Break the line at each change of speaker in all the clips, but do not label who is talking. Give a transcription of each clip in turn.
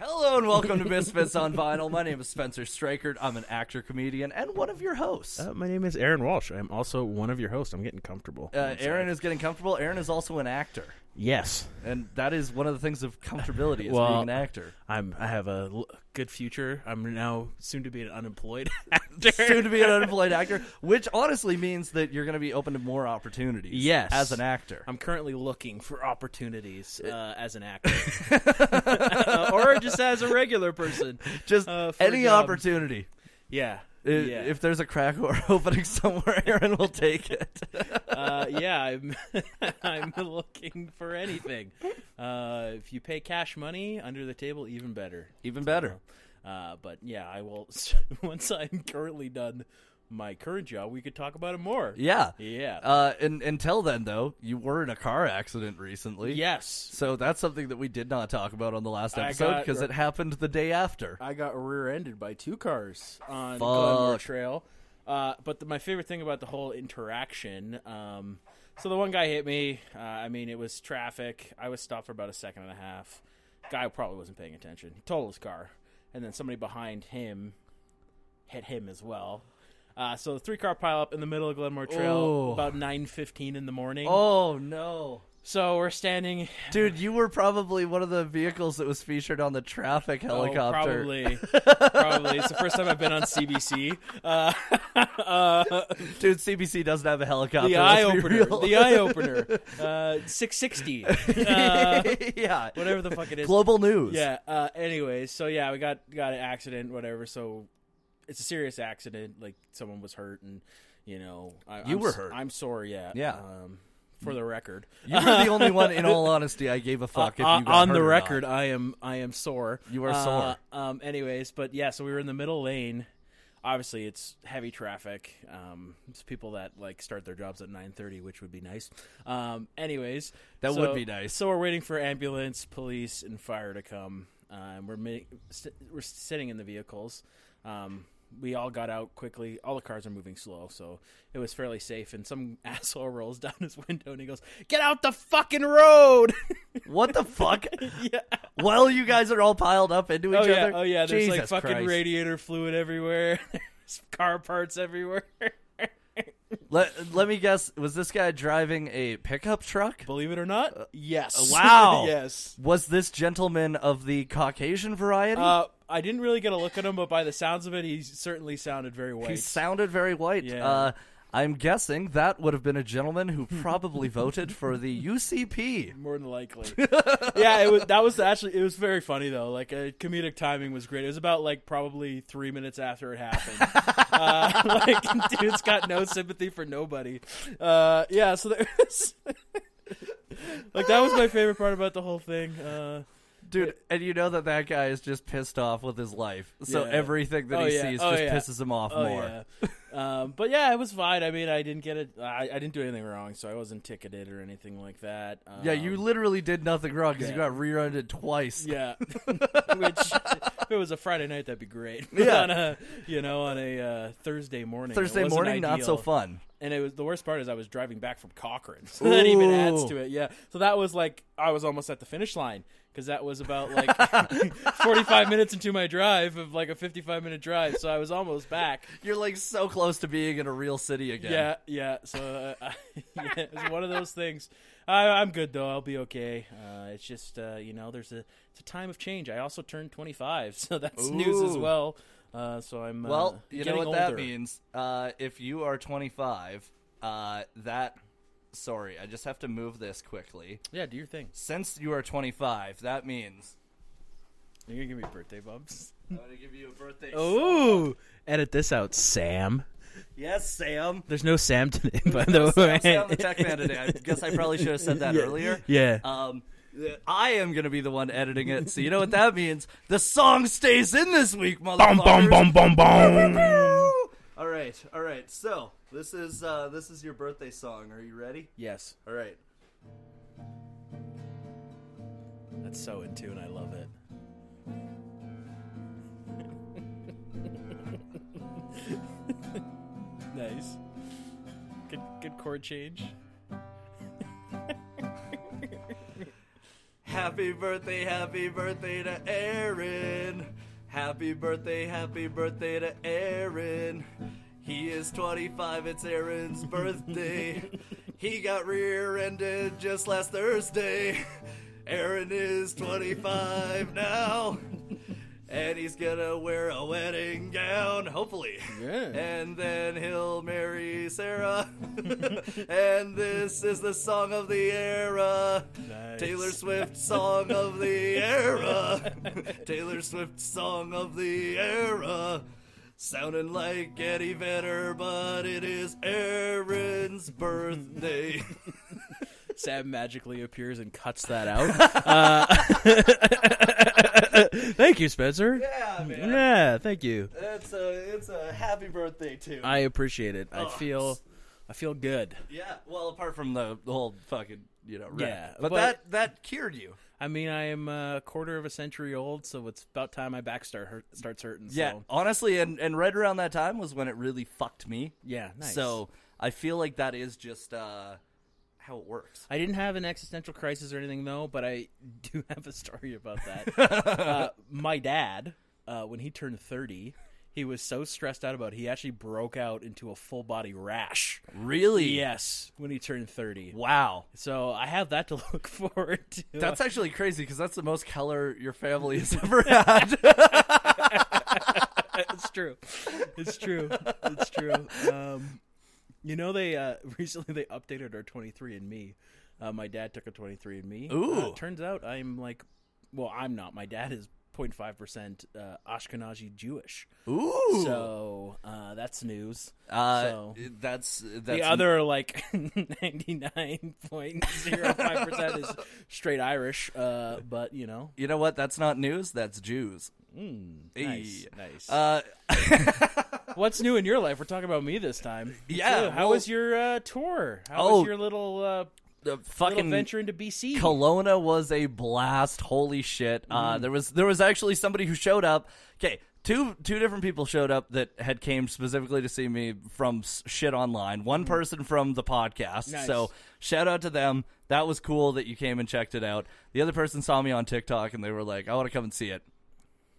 Welcome to Misfits on Vinyl. My name is Spencer Strakert. I'm an actor, comedian, and one of your hosts.
Uh, my name is Aaron Walsh. I'm also one of your hosts. I'm getting comfortable.
Uh, Aaron is getting comfortable. Aaron is also an actor,
Yes,
and that is one of the things of comfortability is
Well-
being an actor.
I'm. I have a l- good future. I'm now soon to be an unemployed actor.
Soon to be an unemployed actor, which honestly means that you're going to be open to more opportunities.
Yes.
as an actor.
I'm currently looking for opportunities uh, as an actor, Uh, or just as a regular person.
just
Uh, for a
any
job.
opportunity.
Yeah,
I-
yeah,
If there's a crack or opening somewhere, Aaron will take it.
uh, yeah. I'm I'm looking for anything. Uh, if you pay cash money under the table, even better.
Even better.
Uh, but yeah, I will. Once I'm currently done my current job, we could talk about it more.
Yeah.
Yeah.
Uh, and until then, though, you were in a car accident recently.
yes.
So that's something that we did not talk about on the last
I
episode
got-
because it happened the day after.
I got rear-ended by two cars on
Fuck.
Glenmore Trail. Uh, but the, my favorite thing about the whole interaction, um, so the one guy hit me. Uh, I mean, it was traffic. I was stopped for about a second and a half. Guy probably wasn't paying attention. He totaled his car, and then somebody behind him hit him as well. Uh, so the three-car pileup in the middle of Glenmore Trail,
Oh.
about nine fifteen in the morning.
oh no.
So we're standing
Dude, you were probably one of the vehicles that was featured on the traffic helicopter.
Oh, probably, probably. It's the first time I've been on CBC. Uh, uh,
Dude, CBC doesn't have a helicopter.
the eye
let's be
opener,
real.
the eye opener, uh, six sixty, uh,
yeah.
whatever the fuck it is.
Global news.
Yeah. Uh, anyways, so yeah, we got got an accident, whatever. So it's a serious accident. Like someone was hurt, and you know, I,
You
I'm
were
s-
hurt.
I'm sorry. Yeah.
Yeah.
Um, for the record,
You were the only one, in all honesty, I gave a fuck if you
Uh,
got
on
hurt
the
or
record,
not.
I am I am sore.
You are
Uh,
sore.
Um. Anyways, but yeah, so we were in the middle lane. Obviously, it's heavy traffic. Um, it's people that like start their jobs at nine thirty, which would be nice. Um, anyways,
That
so-
would be nice.
So we're waiting for ambulance, police, and fire to come. Um, we're mi- st- we're sitting in the vehicles. Um, we all got out quickly. All the cars are moving slow, so it was fairly safe. And some asshole rolls down his window and he goes, "Get out the fucking road!"
What the fuck?
yeah.
While you guys are all piled up into each
oh, yeah.
other.
Oh yeah, there's like
Jesus
fucking
Christ.
radiator fluid everywhere. there's car parts everywhere.
Let, let me guess. Was this guy driving a pickup truck?
Believe it or not,
Uh,
yes.
wow.
yes.
Was this gentleman of the Caucasian variety?
Uh, I didn't really get a look at him, but by the sounds of it, he certainly sounded very white.
he sounded very white.
Yeah.
Uh, I'm guessing that would have been a gentleman who probably voted for the UCP.
more than likely. yeah, it was. That was actually. It was very funny though. Like uh, comedic timing was great. It was about like probably three minutes after it happened. uh, like dude's got no sympathy for nobody. Uh, yeah. So there was. like that was my favorite part about the whole thing. Uh,
Dude, and you know that that guy is just pissed off with his life. So
Yeah.
everything that
Oh,
he
yeah.
sees
Oh,
just
yeah.
pisses him off
oh
more.
yeah. um, but yeah, it was fine. I mean, I didn't get it. I, I didn't do anything wrong, so I wasn't ticketed or anything like that. Um,
Yeah, you literally did nothing wrong because you
yeah.
got rear-ended twice.
Yeah, which if it was a Friday night, that'd be great. But
Yeah.
on a, you know, on a uh, Thursday morning. it
Thursday
wasn't
morning, not so
ideal.
fun.
And it was the worst part is I was driving back from Cochrane, so that even adds
Ooh.
to it. Yeah, so that was like I was almost at the finish line because that was about like forty-five minutes into my drive of like a fifty-five minute drive, so I was almost back.
You're like so close to being in a real city again.
Yeah, yeah. So uh, yeah, it was one of those things. I, I'm good though. I'll be okay. Uh, it's just uh, you know, there's a it's a time of change. I also turned 25, so that's news as
Ooh.
well. Uh, so I'm uh,
Well, you know
getting
what that
older.
means. Uh, if you are 25, uh, that. Sorry, I just have to move this quickly.
Yeah, do your thing.
Since you are 25, that means
You're gonna give me birthday bumps.
I'm gonna give you a birthday.
Oh. Ooh, edit this out, Sam.
yes, Sam.
There's no Sam today, by the way.
Sam, Sam the tech man today. I guess I probably should have said that earlier.
Yeah.
Um, th- I am gonna be the one editing it, so you know what that means. The song stays in this week, motherfuckers.
bum bum.
All right, all right. So this is uh, this is your birthday song. Are you ready?
Yes,
All right.
that's so in tune. I love it. nice. Good, good chord change.
Happy birthday, happy birthday to Aaron. Happy birthday, happy birthday to Aaron. He is 25, it's Aaron's birthday. he got rear ended just last Thursday. Aaron is 25 now. And he's gonna wear a wedding gown, hopefully.
Yeah.
And then he'll marry Sarah. and this is the song of the era.
Nice.
Taylor Swift song of the era. Taylor Swift song of the era. Sounding like Eddie Vedder, but it is Aaron's birthday.
Sam magically appears and cuts that out. uh, thank you, Spencer.
yeah,
Yeah, Uh, thank you.
It's a it's a happy birthday too.
I appreciate it. I
Oh,
feel,
s-
I feel good.
yeah, well, apart from the whole fucking you know, rap.
Yeah,
but,
but-
that that cured you.
I mean, I am a quarter of a century old, so it's about time my back start hurt, starts hurting. So.
honestly, and and right around that time was when it really fucked me.
yeah, nice.
So I feel like that is just uh, how it works.
I didn't have an existential crisis or anything though, but I do have a story about that. uh, my dad, uh, when he turned thirty, he was so stressed out about it, he actually broke out into a full body rash.
Really?
Yes, when he turned thirty.
Wow.
So I have that to look forward to.
That's actually crazy because that's the most color your family has ever had.
it's true. It's true. It's true. Um, you know, they uh, recently they updated our 23andMe. Uh, my dad took a 23andMe.
Ooh.
Uh, turns out I'm like, well, I'm not. My dad is 0.5 percent uh, Ashkenazi Jewish.
Ooh.
So uh, that's news.
uh,
so-
that's that's
the other like 99.05 percent is straight Irish. Uh, but you know,
You know what? That's not news. That's Jews.
mm, nice,
Hey.
nice.
Uh,
What's new in your life? We're talking about me this time.
Yeah,
Ew, How
well-
was your uh, tour? How
Oh.
was your little uh,
the
little
fucking
venture into BC?
Kelowna was a blast. Holy shit!
Mm.
Uh, there was there was actually somebody who showed up. Okay, two two different people showed up that had came specifically to see me from s- shit online. One person from the podcast.
Mm. Nice.
So shout out to them. That was cool that you came and checked it out. The other person saw me on TikTok and they were like, "I want to come and see it."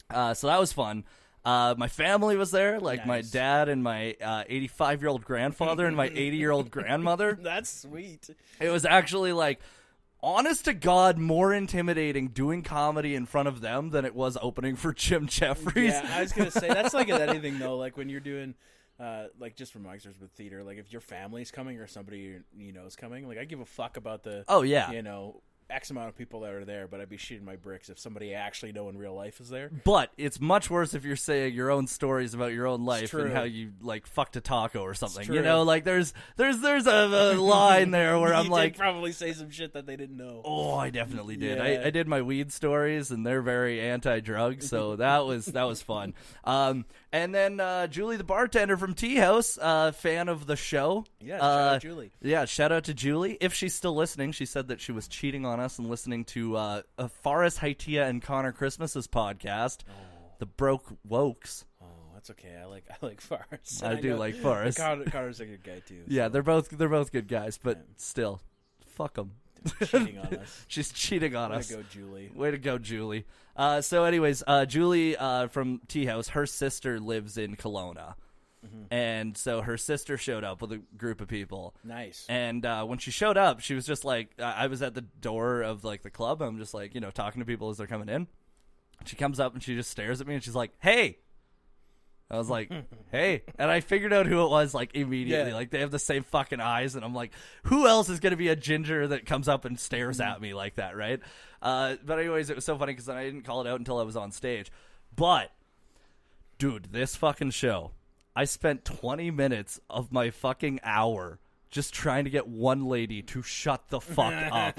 Uh, so that was fun. Uh, my family was there, like my
Nice.
dad and my uh, 85 year old grandfather and my 80 year old grandmother.
That's sweet.
It was actually like, honest to God, more intimidating doing comedy in front of them than it was opening for Jim Jeffries.
Yeah, I was gonna say that's like with anything though. Like when you're doing. Uh, like just for youngsters with theater, like if your family's coming or somebody you- you know is coming, like I give a fuck about the
Oh, yeah.
you know x amount of people that are there, but I'd be shitting my bricks if somebody I actually know in real life is there.
But it's much worse if you're saying your own stories about your own life
true.
and how you like fucked a taco or something. You
true.
know, like there's there's there's a, a line there where
You
I'm
did
like,
probably say some shit that they didn't know.
oh, I definitely did.
Yeah.
I, I did my weed stories, and they're very anti-drug, so that was that was fun. Um, and then uh, Julie, the bartender from Tea House, uh, fan of the show.
Yeah, shout
uh,
out Julie.
Yeah, shout out to Julie. If she's still listening, she said that she was cheating on us and listening to uh, uh, Faris Haitia and Connor Christmas's podcast, The Broke Wokes.
Oh, that's okay. I like I like Forrest.
I do
know-
like Forrest.
Connor, Connor's a good guy too.
Yeah, they're both they're both good guys, but still, fuck them.
cheating on us.
She's cheating on
Way
us.
to go, Julie.
Way to go, Julie. Uh, so, anyways, uh, Julie uh, from Tea House, her sister lives in Kelowna.
Mm-hmm.
And so her sister showed up with a group of people.
Nice.
And uh, when she showed up, she was just like, I I was at the door of like the club. I'm just like, you know, talking to people as they're coming in. She comes up and she just stares at me and she's like, hey. I was like, hey. And I figured out who it was like immediately.
Yeah.
Like they have the same fucking eyes. And I'm like, who else is going to be a ginger that comes up and stares
Mm-hmm.
at me like that, right? Uh, but, anyways, it was so funny because I didn't call it out until I was on stage. But dude, this fucking show. I spent 20 minutes of my fucking hour just trying to get one lady to shut the fuck up.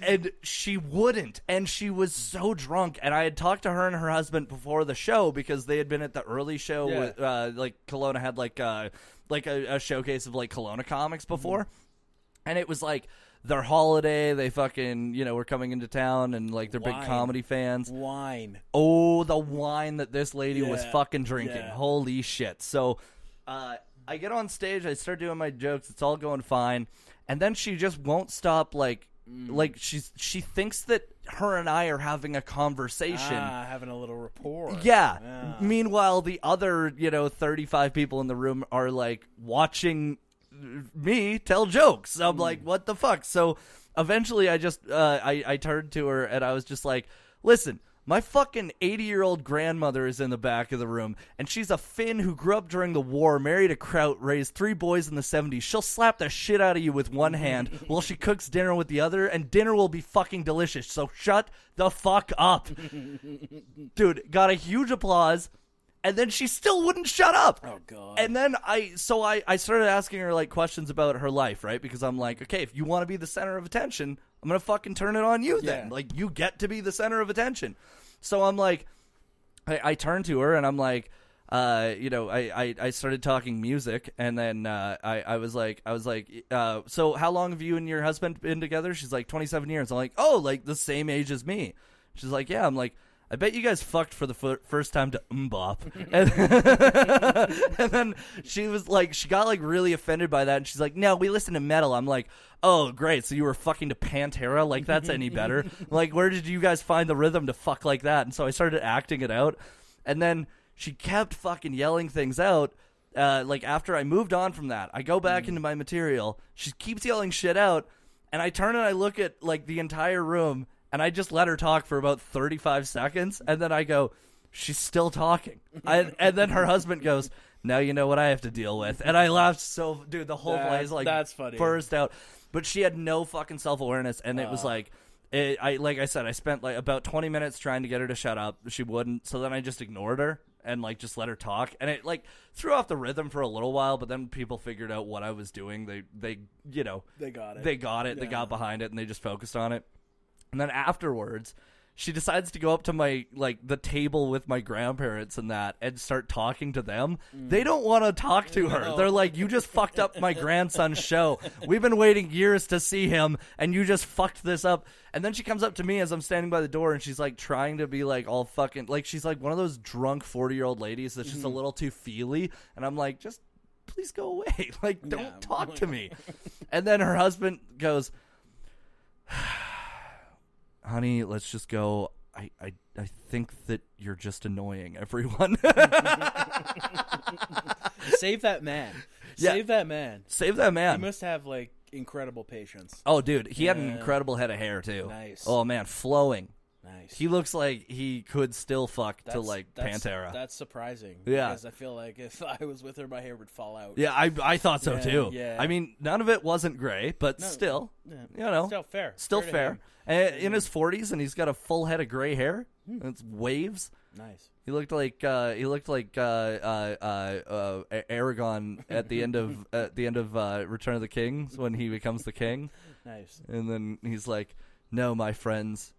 and she wouldn't. And she was so drunk. And I had talked to her and her husband before the show because they had been at the early show
Yeah.
with uh, like Kelowna had like uh, like a, a showcase of like Kelowna comics
Mm-hmm.
before and it was like their holiday. They fucking you know were coming into town, and like they're
Wine.
big comedy fans.
Wine.
Oh, the wine that this lady was
Yeah,
fucking drinking!
yeah.
Holy shit! So, uh, I get on stage, I start doing my jokes. It's all
Mm.
going fine, and then she just won't stop. Like, like she's she thinks that her and I are having a conversation.
Ah, having a little rapport.
Yeah. Meanwhile, the other, you know, 35 people in the room are like watching me tell jokes. I'm like, what the fuck? So eventually I just, uh, I, I turned to her and I was just like, listen, my fucking 80 year old grandmother is in the back of the room and she's a Finn who grew up during the war, married a Kraut, raised three boys in the 70s. She'll slap the shit out of you with one hand while she cooks dinner with the other and dinner will be fucking delicious. So shut the fuck up dude got a huge applause and then she still wouldn't shut up
Oh god.
and then i so i i started asking her like questions about her life right because i'm like okay if you want to be the center of attention i'm gonna fucking turn it on you then
Yeah.
like you get to be the center of attention so i'm like I, I turned to her and I'm like, uh, you know, I, I, I started talking music and then uh, I, I was like I was like, uh, so how long have you and your husband been together? She's like twenty seven years. I'm like, oh, like the same age as me. She's like, yeah. I'm like. I bet you guys fucked for the fir- first time to umbop. And, and then she was like, she got like really offended by that. And she's like, no, we listen to metal. I'm like, oh, great. So you were fucking to Pantera? Like, that's any better. like, where did you guys find the rhythm to fuck like that? And so I started acting it out. And then she kept fucking yelling things out. Uh, like after I moved on from that, I go back into my material. She keeps yelling shit out, and I turn and I look at like the entire room, and I just let her talk for about thirty five seconds, and then I go, "She's still talking." I, and then her husband goes, "Now you know what I have to deal with," and I laughed so, dude, the whole
That-
place like
that's funny.
burst out. But she had no fucking self awareness, and it
Ah.
was like. It, I like I said, I spent like about twenty minutes trying to get her to shut up. She wouldn't, so then I just ignored her and like just let her talk, and it like threw off the rhythm for a little while. But then people figured out what I was doing. They they you know
They got it.
They got it. They got behind it, and they just focused on it. And then afterwards, she decides to go up to my like the table with my grandparents and that and start talking to them. They don't want to talk to her. They're like, "You just fucked up my grandson's show. We've been waiting years to see him and you just fucked this up." And then she comes up to me as I'm standing by the door and she's like trying to be like all fucking like she's like one of those drunk 40-year-old ladies that's just a little too feely and I'm like, "Just please go away. Like don't
Yeah.
talk to me." and then her husband goes, honey, let's just go. I, I, I think that you're just annoying everyone.
Save that man.
Yeah.
Save that man.
Save that
He
man.
must have like incredible patience.
Oh, dude, he had an incredible head of hair too.
Nice.
Oh man, flowing.
Nice.
He looks like he could still fuck to like
that's,
Pantera.
That's surprising.
Yeah.
Because I feel like if I was with her, my hair would fall out.
yeah, I, I thought so
Yeah,
too.
yeah.
I mean, none of it wasn't gray, but still,
Yeah.
you know,
Still fair.
still
to
fair.
him. Hmm.
And in his forties, and he's got a full head of gray hair. It's waves.
Nice.
He looked like uh, he looked like uh, uh, uh, uh, A- Aragon at the end of at the end of uh, Return of the Kings when he becomes the king,
Nice.
and then he's like, "No, my friends,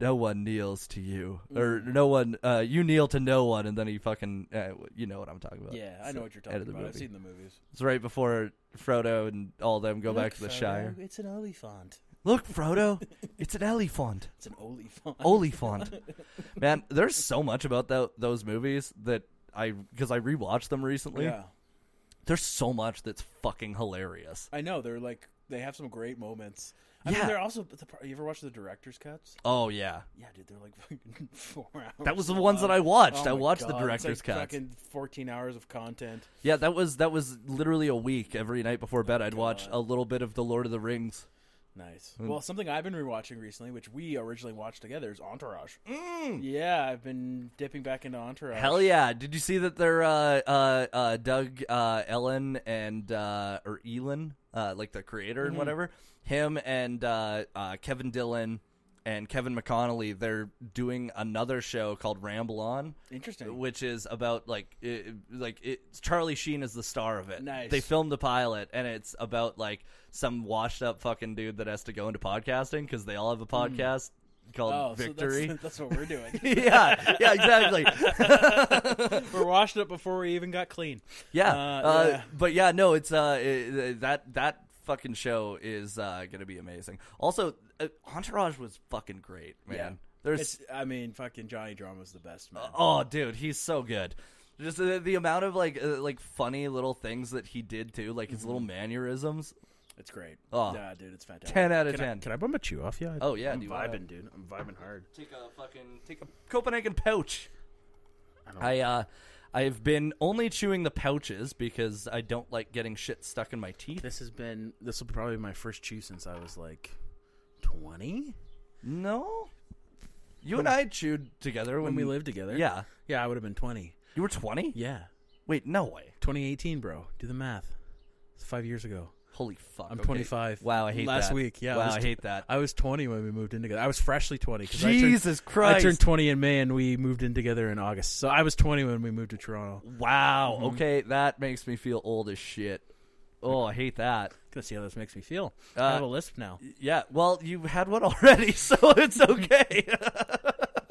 no one kneels to you, or
Mm.
no one uh, you kneel to no one." And then he fucking uh, you know what I'm talking about.
Yeah, I know what you're talking
End of
about.
the
I've
movie.
seen the movies.
It's right before Frodo and all them go back to the Shire.
It's an olifant.
Look, Frodo, it's an elephant.
It's an olifant.
Olifant. Man, there's so much about tho- those movies that I because I rewatched them recently.
Yeah.
There's so much that's fucking hilarious.
I know. They're like, they have some great moments. I
Yeah.
mean, they're also, the, part- you ever watch the director's cuts?
Oh yeah.
Yeah, dude, they're like fucking four hours.
That was the
long.
ones that I watched. I
Oh my
watched
God,
the
it's
director's
like
cuts.
Fucking 14 hours of content.
Yeah, that was that was literally a week every night before
Oh
bed I'd watch a little bit of The Lord of the Rings.
Nice.
Mm.
Well, something I've been rewatching recently, which we originally watched together, is Entourage. Yeah, I've been dipping back into Entourage.
Mm. Hell yeah. Did you see that they're uh uh, uh Doug uh Ellen and uh or Elon, uh like the creator
Mm-hmm.
and whatever, him and uh uh Kevin Dillon and Kevin McConnelly, they're doing another show called Ramble On.
Interesting.
which is about like it, like it, Charlie Sheen is the star of it.
Nice.
They filmed the pilot, and it's about like some washed up fucking dude that has to go into podcasting because they all have a podcast called
Mm. oh, So
Victory.
that's, that's what we're doing.
yeah, yeah, exactly.
we're washing up before we even got clean.
yeah.
Uh,
Uh,
yeah.
but yeah, no, it's uh it, that that fucking show is uh gonna be amazing. Also, uh, Entourage was fucking great, man.
Yeah.
There's
It's, I mean, fucking Johnny Drama's the best man.
Oh, dude, he's so good. Just
Mm-hmm.
the, the amount of like uh, like funny little things that he did too, like his little mannerisms.
It's great.
Oh.
yeah, dude, it's fantastic.
10 out of
Can I-
10.
Can I bum a chew off? Yeah.
oh, yeah,
I'm
dude. wow.
vibing, dude. I'm vibing hard.
Take a fucking take a Copenhagen pouch.
don't-
I uh I've been only chewing the pouches because I don't like getting shit stuck in my teeth.
This has been. This will probably be my first chew since I was like twenty
No. You and I chewed together when,
Hmm. when we lived together.
Mm. Yeah.
yeah, I would have been twenty.
You were 20?
Yeah,
Wait, no way.
2018, bro. Do the math. It's five years ago.
Holy fuck.
I'm
okay.
25.
Wow, I hate
Last
that.
week, yeah, I
Wow,
was
I
t-
hate that.
I was 20 when we moved in together. I was freshly 20. 'cause I turned,
Jesus Christ.
I turned 20 in May and we moved in together in August. So I was 20 when we moved to Toronto.
wow. Okay, that makes me feel old as shit. Oh, I hate that.
Gonna see how this makes me feel.
Uh,
I have a lisp now.
Yeah, well, you had one already, so it's okay.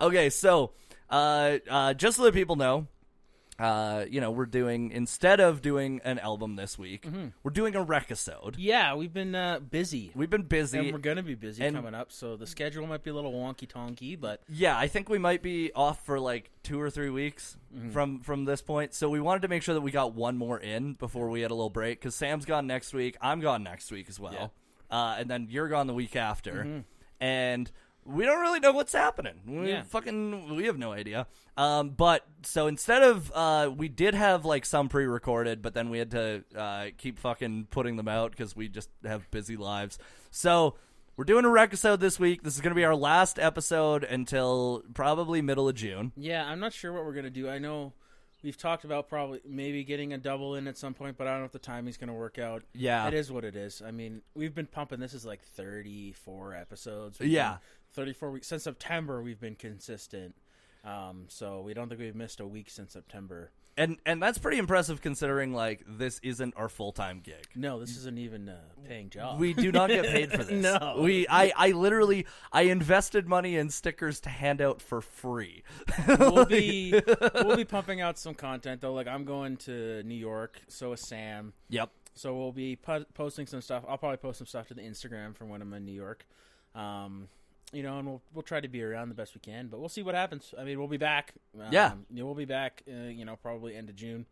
okay, so uh, uh, just so that people know, uh, you know, we're doing instead of doing an album this week, we're doing a rec episode.
Mm-hmm. Yeah, we've been uh, busy.
We've been busy.
and we're gonna be busy
and-
coming up, so the schedule might be a little wonky tonky, but
yeah, I think we might be off for like two or three weeks from from this point. So we wanted to make sure that we got one more in before we had a little break because Sam's gone next week. I'm gone next week as well, uh, and then you're gone the week after, and. We don't really know what's happening. We
Yeah.
fucking we have no idea. Um, but so instead of uh, we did have like some pre-recorded, but then we had to uh, keep fucking putting them out because we just have busy lives. So we're doing a rec episode this week. This is going to be our last episode until probably middle of June.
yeah, I'm not sure what we're gonna do. I know we've talked about probably maybe getting a double in at some point, but I don't know if the timing's gonna work out.
Yeah.
it is what it is. I mean, we've been pumping. This is like 34 episodes. We've
Yeah.
been- 34 weeks since September. We've been consistent. Um, so we don't think we've missed a week since September.
And and that's pretty impressive considering like this isn't our full-time gig.
No, this isn't even a paying job.
We do not get paid for this.
No.
We I I literally I invested money in stickers to hand out for free.
we'll be we'll be pumping out some content though. Like I'm going to New York, so is Sam.
Yep.
So we'll be po- posting some stuff. I'll probably post some stuff to the Instagram from when I'm in New York. Um, you know, and we'll we'll try to be around the best we can, but we'll see what happens. I mean, we'll be back. Um,
Yeah.
you know, we'll be back. Uh, you know, probably end of June.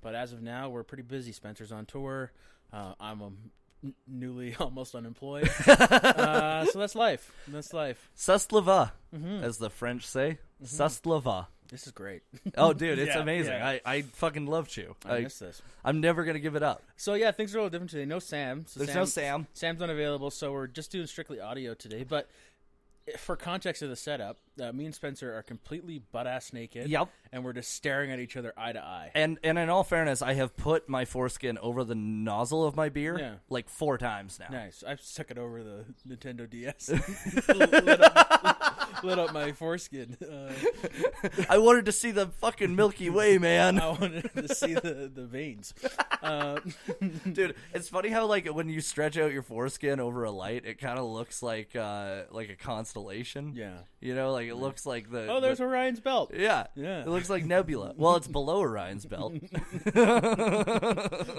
But as of now, we're pretty busy. Spencer's on tour. Uh, I'm um, n- newly almost unemployed. uh, so that's life. That's life.
Suslava,
Mm-hmm.
as the French say. Suslava.
This is great.
Oh, dude, it's
Mm-hmm. Yeah,
amazing.
yeah.
I, I fucking love you.
I
I,
miss this.
I'm never going to give it up.
So yeah, things are a little different today. No Sam. So
There's no Sam.
Sam's unavailable, so we're just doing strictly audio today. But for context of the setup, uh, me and Spencer are completely butt ass naked.
Yep.
And we're just staring at each other eye to eye.
And and in all fairness, I have put my foreskin over the nozzle of my beer
Yeah.
like four times now.
Nice. I stuck it over the Nintendo DS. lit, up, lit up my foreskin. Uh,
I wanted to see the fucking Milky Way, man.
I wanted to see the the veins. Uh,
Dude, it's funny how like when you stretch out your foreskin over a light, it kind of looks like uh like a constellation.
yeah.
You know, like it looks like the
Oh, there's
the-
Orion's belt.
yeah.
Yeah.
It looks like nebula. Well, it's below Orion's belt.
But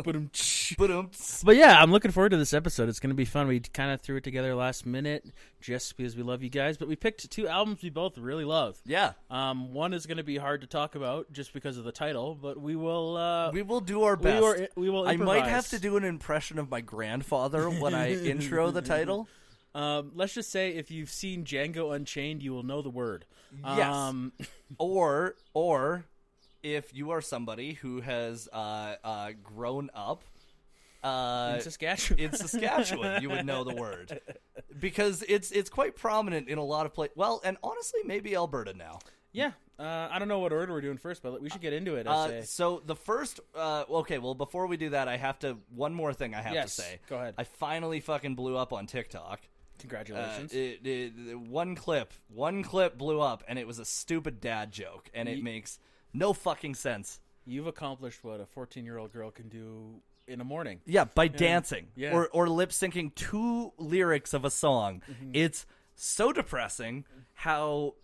I'm.
Ba-dum-ts.
But yeah, I'm looking forward to this episode. It's going to be fun. We kind of threw it together last minute just because we love you guys, but we picked two albums we both really love.
yeah.
Um, one is going to be hard to talk about just because of the title, but we will. Uh,
We will do our best.
are- we will
I might have
improvise.
to do an impression of my grandfather when I intro the title.
um, let's just say if you've seen Django Unchained, you will know the word.
Yes.
Um,
or or if you are somebody who has uh, uh, grown up uh,
in Saskatchewan.
in Saskatchewan, you would know the word because it's it's quite prominent in a lot of places. Well, and honestly, maybe Alberta now.
yeah. Uh, I don't know what order we're doing first, but we should get into it. I
Uh,
say.
so the first, uh, okay, well, before we do that, I have to one more thing I have
Yes,
to say.
go ahead.
I finally fucking blew up on TikTok. Uh,
Congratulations.
it, it- one clip, one clip blew up, and it was a stupid dad joke, and it
Ye-
makes no fucking sense.
You've accomplished what a 14 year old girl can do in a morning.
Yeah, by dancing
Yeah.
or or lip syncing two lyrics of a song. It's so depressing how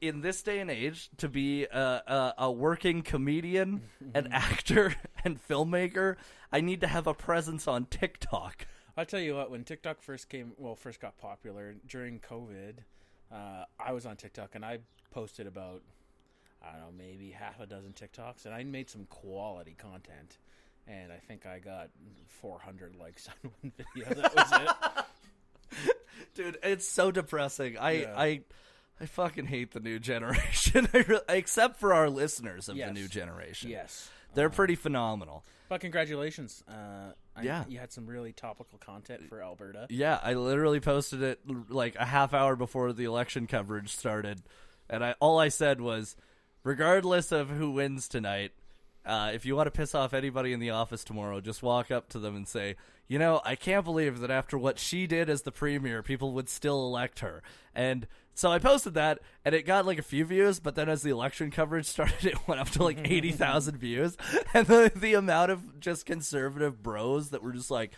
in this day and age to be a, a, a working comedian, an actor, and filmmaker, I need to have a presence on TikTok.
I'll tell you what, when TikTok first came, well, first got popular during COVID, uh, I was on TikTok and I posted about, I don't know, maybe half a dozen TikToks and I made some quality content. and I think I got 400 likes on one video. That was it.
dude it's so depressing i
Yeah.
i i fucking hate the new generation I re- except for our listeners of the
Yes. Uh-huh.
new generation
yes.
they're pretty phenomenal
But congratulations. Uh, I,
Yeah.
You had some really topical content for Alberta.
yeah i literally posted it l- like a half hour before the election coverage started and i all i said was regardless of who wins tonight uh, if you want to piss off anybody in the office tomorrow, just walk up to them and say, "You know, I can't believe that after what she did as the premier, people would still elect her." And so I posted that, and it got like a few views. But then as the election coverage started, it went up to like eighty thousand views, and the the amount of just conservative bros that were just like.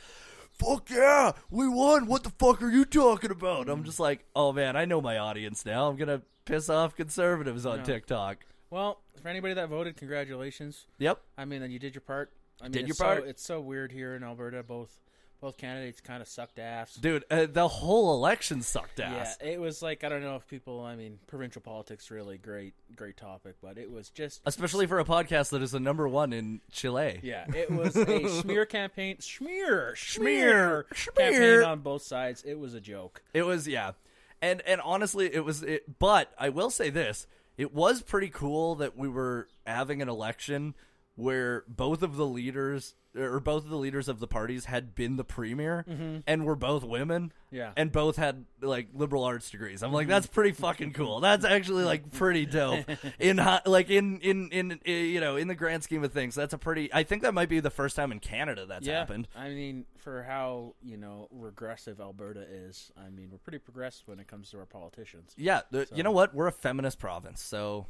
Fuck yeah, we won. What the fuck are you talking about? I'm just like, oh man, I know my audience now. I'm gonna piss off conservatives on TikTok.
Well, for anybody that voted, congratulations.
Yep.
I mean, and you did your part. I mean,
Did
it's
your
so-
part.
it's so weird here in Alberta. Both both candidates kind of sucked ass.
Dude, uh, the whole election sucked
yeah,
ass.
it was like I don't know if people. I mean, provincial politics really great, great topic, but it was just
Especially for a podcast that is the number one in Chile.
yeah, it was a smear campaign, smear,
Smear,
smear,
smear.
campaign on both sides. It was a joke.
It was, yeah. And and honestly, it was. It, but I will say this: it was pretty cool that we were having an election where both of the leaders or both of the leaders of the parties had been the premier and were both women
Mm-hmm. Yeah. Mm-hmm.
and both had like liberal arts degrees i'm like that's pretty fucking cool that's actually like pretty dope in hi- like in in in uh, you know in the grand scheme of things that's a pretty i think that might be the first time in canada that's
yeah,
happened
I mean, for how you know regressive Alberta is, I mean, we're pretty progressive when it comes to our politicians.
Yeah, the, you know what? We're a feminist province, so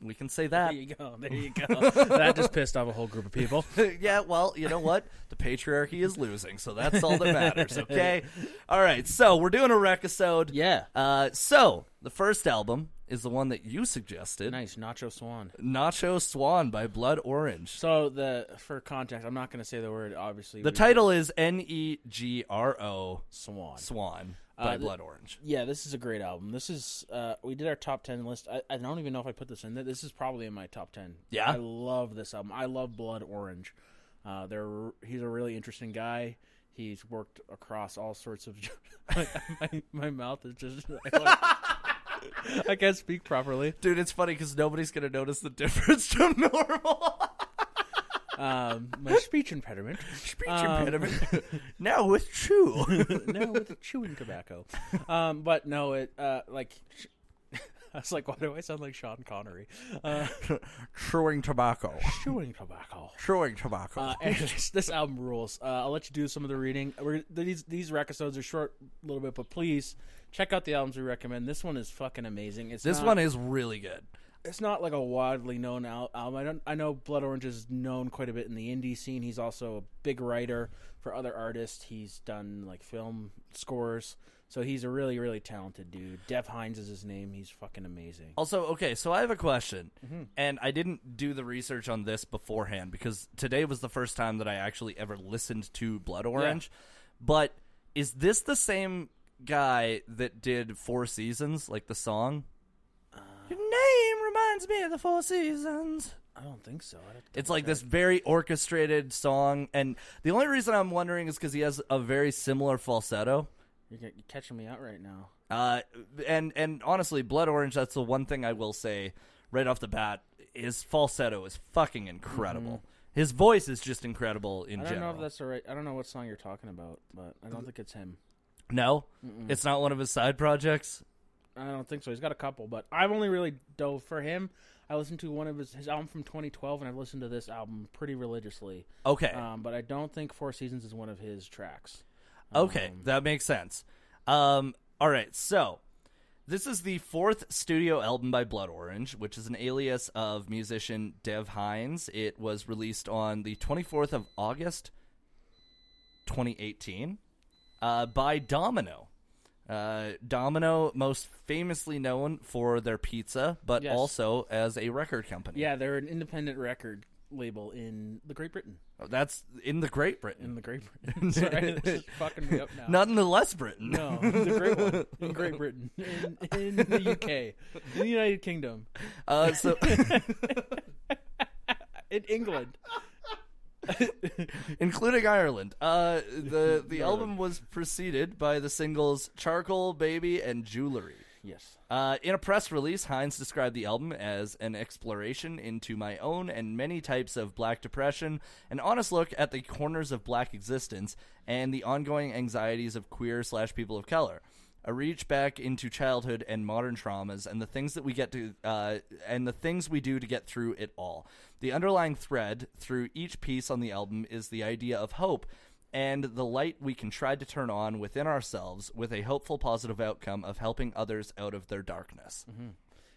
we can say that.
There you go. There you go. that just pissed off a whole group of people.
yeah, well, you know what? The patriarchy is losing, so that's all that matters, okay? All right, so we're doing a recusode.
Yeah.
Uh, so the first album is the one that you suggested,
Nice, Nacho Swan.
Nacho Swan by Blood Orange.
So the for context, I'm not going to say the word. Obviously,
The
we-
title is N E G R O
Swan.
Swan by
Uh, th-
Blood Orange.
Yeah, this is a great album. This is uh, we did our top ten list. I, I don't even know if I put this in there. This is probably in my top ten.
Yeah?
I love this album. I love Blood Orange. Uh, they're he's a really interesting guy. He's worked across all sorts of. my, my, my mouth is just. I can't speak properly.
Dude, it's funny because nobody's gonna notice the difference from normal.
Um, my speech impediment.
Speech
Um,
impediment. now with chew.
no, with chewing tobacco. Um, but no, it uh, like I was like, why do I sound like Sean Connery? Uh,
Chewing tobacco.
chewing tobacco.
Chewing tobacco.
Uh, anyways, this album rules. Uh, I'll let you do some of the reading. We're, these these episodes are short, a little bit, but please check out the albums we recommend. This one is fucking amazing. It's
this
not,
one is really good.
it's not like a widely known al- album. I don't. I know Blood Orange is known quite a bit in the indie scene. He's also a big writer for other artists. He's done like film scores, so he's a really really talented dude. Dev Hines is his name. He's fucking amazing.
Also, okay, so I have a question, and I didn't do the research on this beforehand because today was the first time that I actually ever listened to Blood Orange. But is this the same guy that did Four Seasons, like the song? Your name reminds me of the Four Seasons.
I don't think so. I don't
It's like this very orchestrated song, and the only reason I'm wondering is because he has a very similar falsetto.
You're, ca- you're catching me out right now.
Uh, and and honestly, Blood Orange. That's the one thing I will say right off the bat. His falsetto is fucking incredible. His voice is just incredible in
Mm-hmm. I don't
general.
know if that's the right. I don't know what song you're talking about, but I don't think it's him.
no, it's not one of his side projects.
I don't think so. He's got a couple, but I've only really dove for him. I listened to one of his his album from 2012, and I've listened to this album pretty religiously.
Okay,
Um, but I don't think Four Seasons is one of his tracks.
okay, that makes sense. Um, all right, so this is the fourth studio album by Blood Orange, which is an alias of musician Dev Hines. It was released on the 24th of August, 2018, uh, by Domino. Uh, Domino, most famously known for their pizza, but
Yes.
also as a record company.
Yeah, they're an independent record label in the Great Britain.
That's in the Great
In
Britain.
the Great Britain. Sorry, this is fucking me up now.
Not in the less Britain.
No, the great one in Great Britain, in, in the UK, in the United Kingdom,
Uh, so
in England.
including Ireland. Uh, the the album was preceded by the singles "Charcoal Baby" and "Jewelry."
yes.
Uh, in a press release, Hines described the album as an exploration into my own and many types of black depression, an honest look at the corners of black existence, and the ongoing anxieties of queer slash people of color. A reach back into childhood and modern traumas, and the things that we get to, uh, and the things we do to get through it all. The underlying thread through each piece on the album is the idea of hope and the light we can try to turn on within ourselves with a hopeful positive outcome of helping others out of their darkness.
Mm-hmm.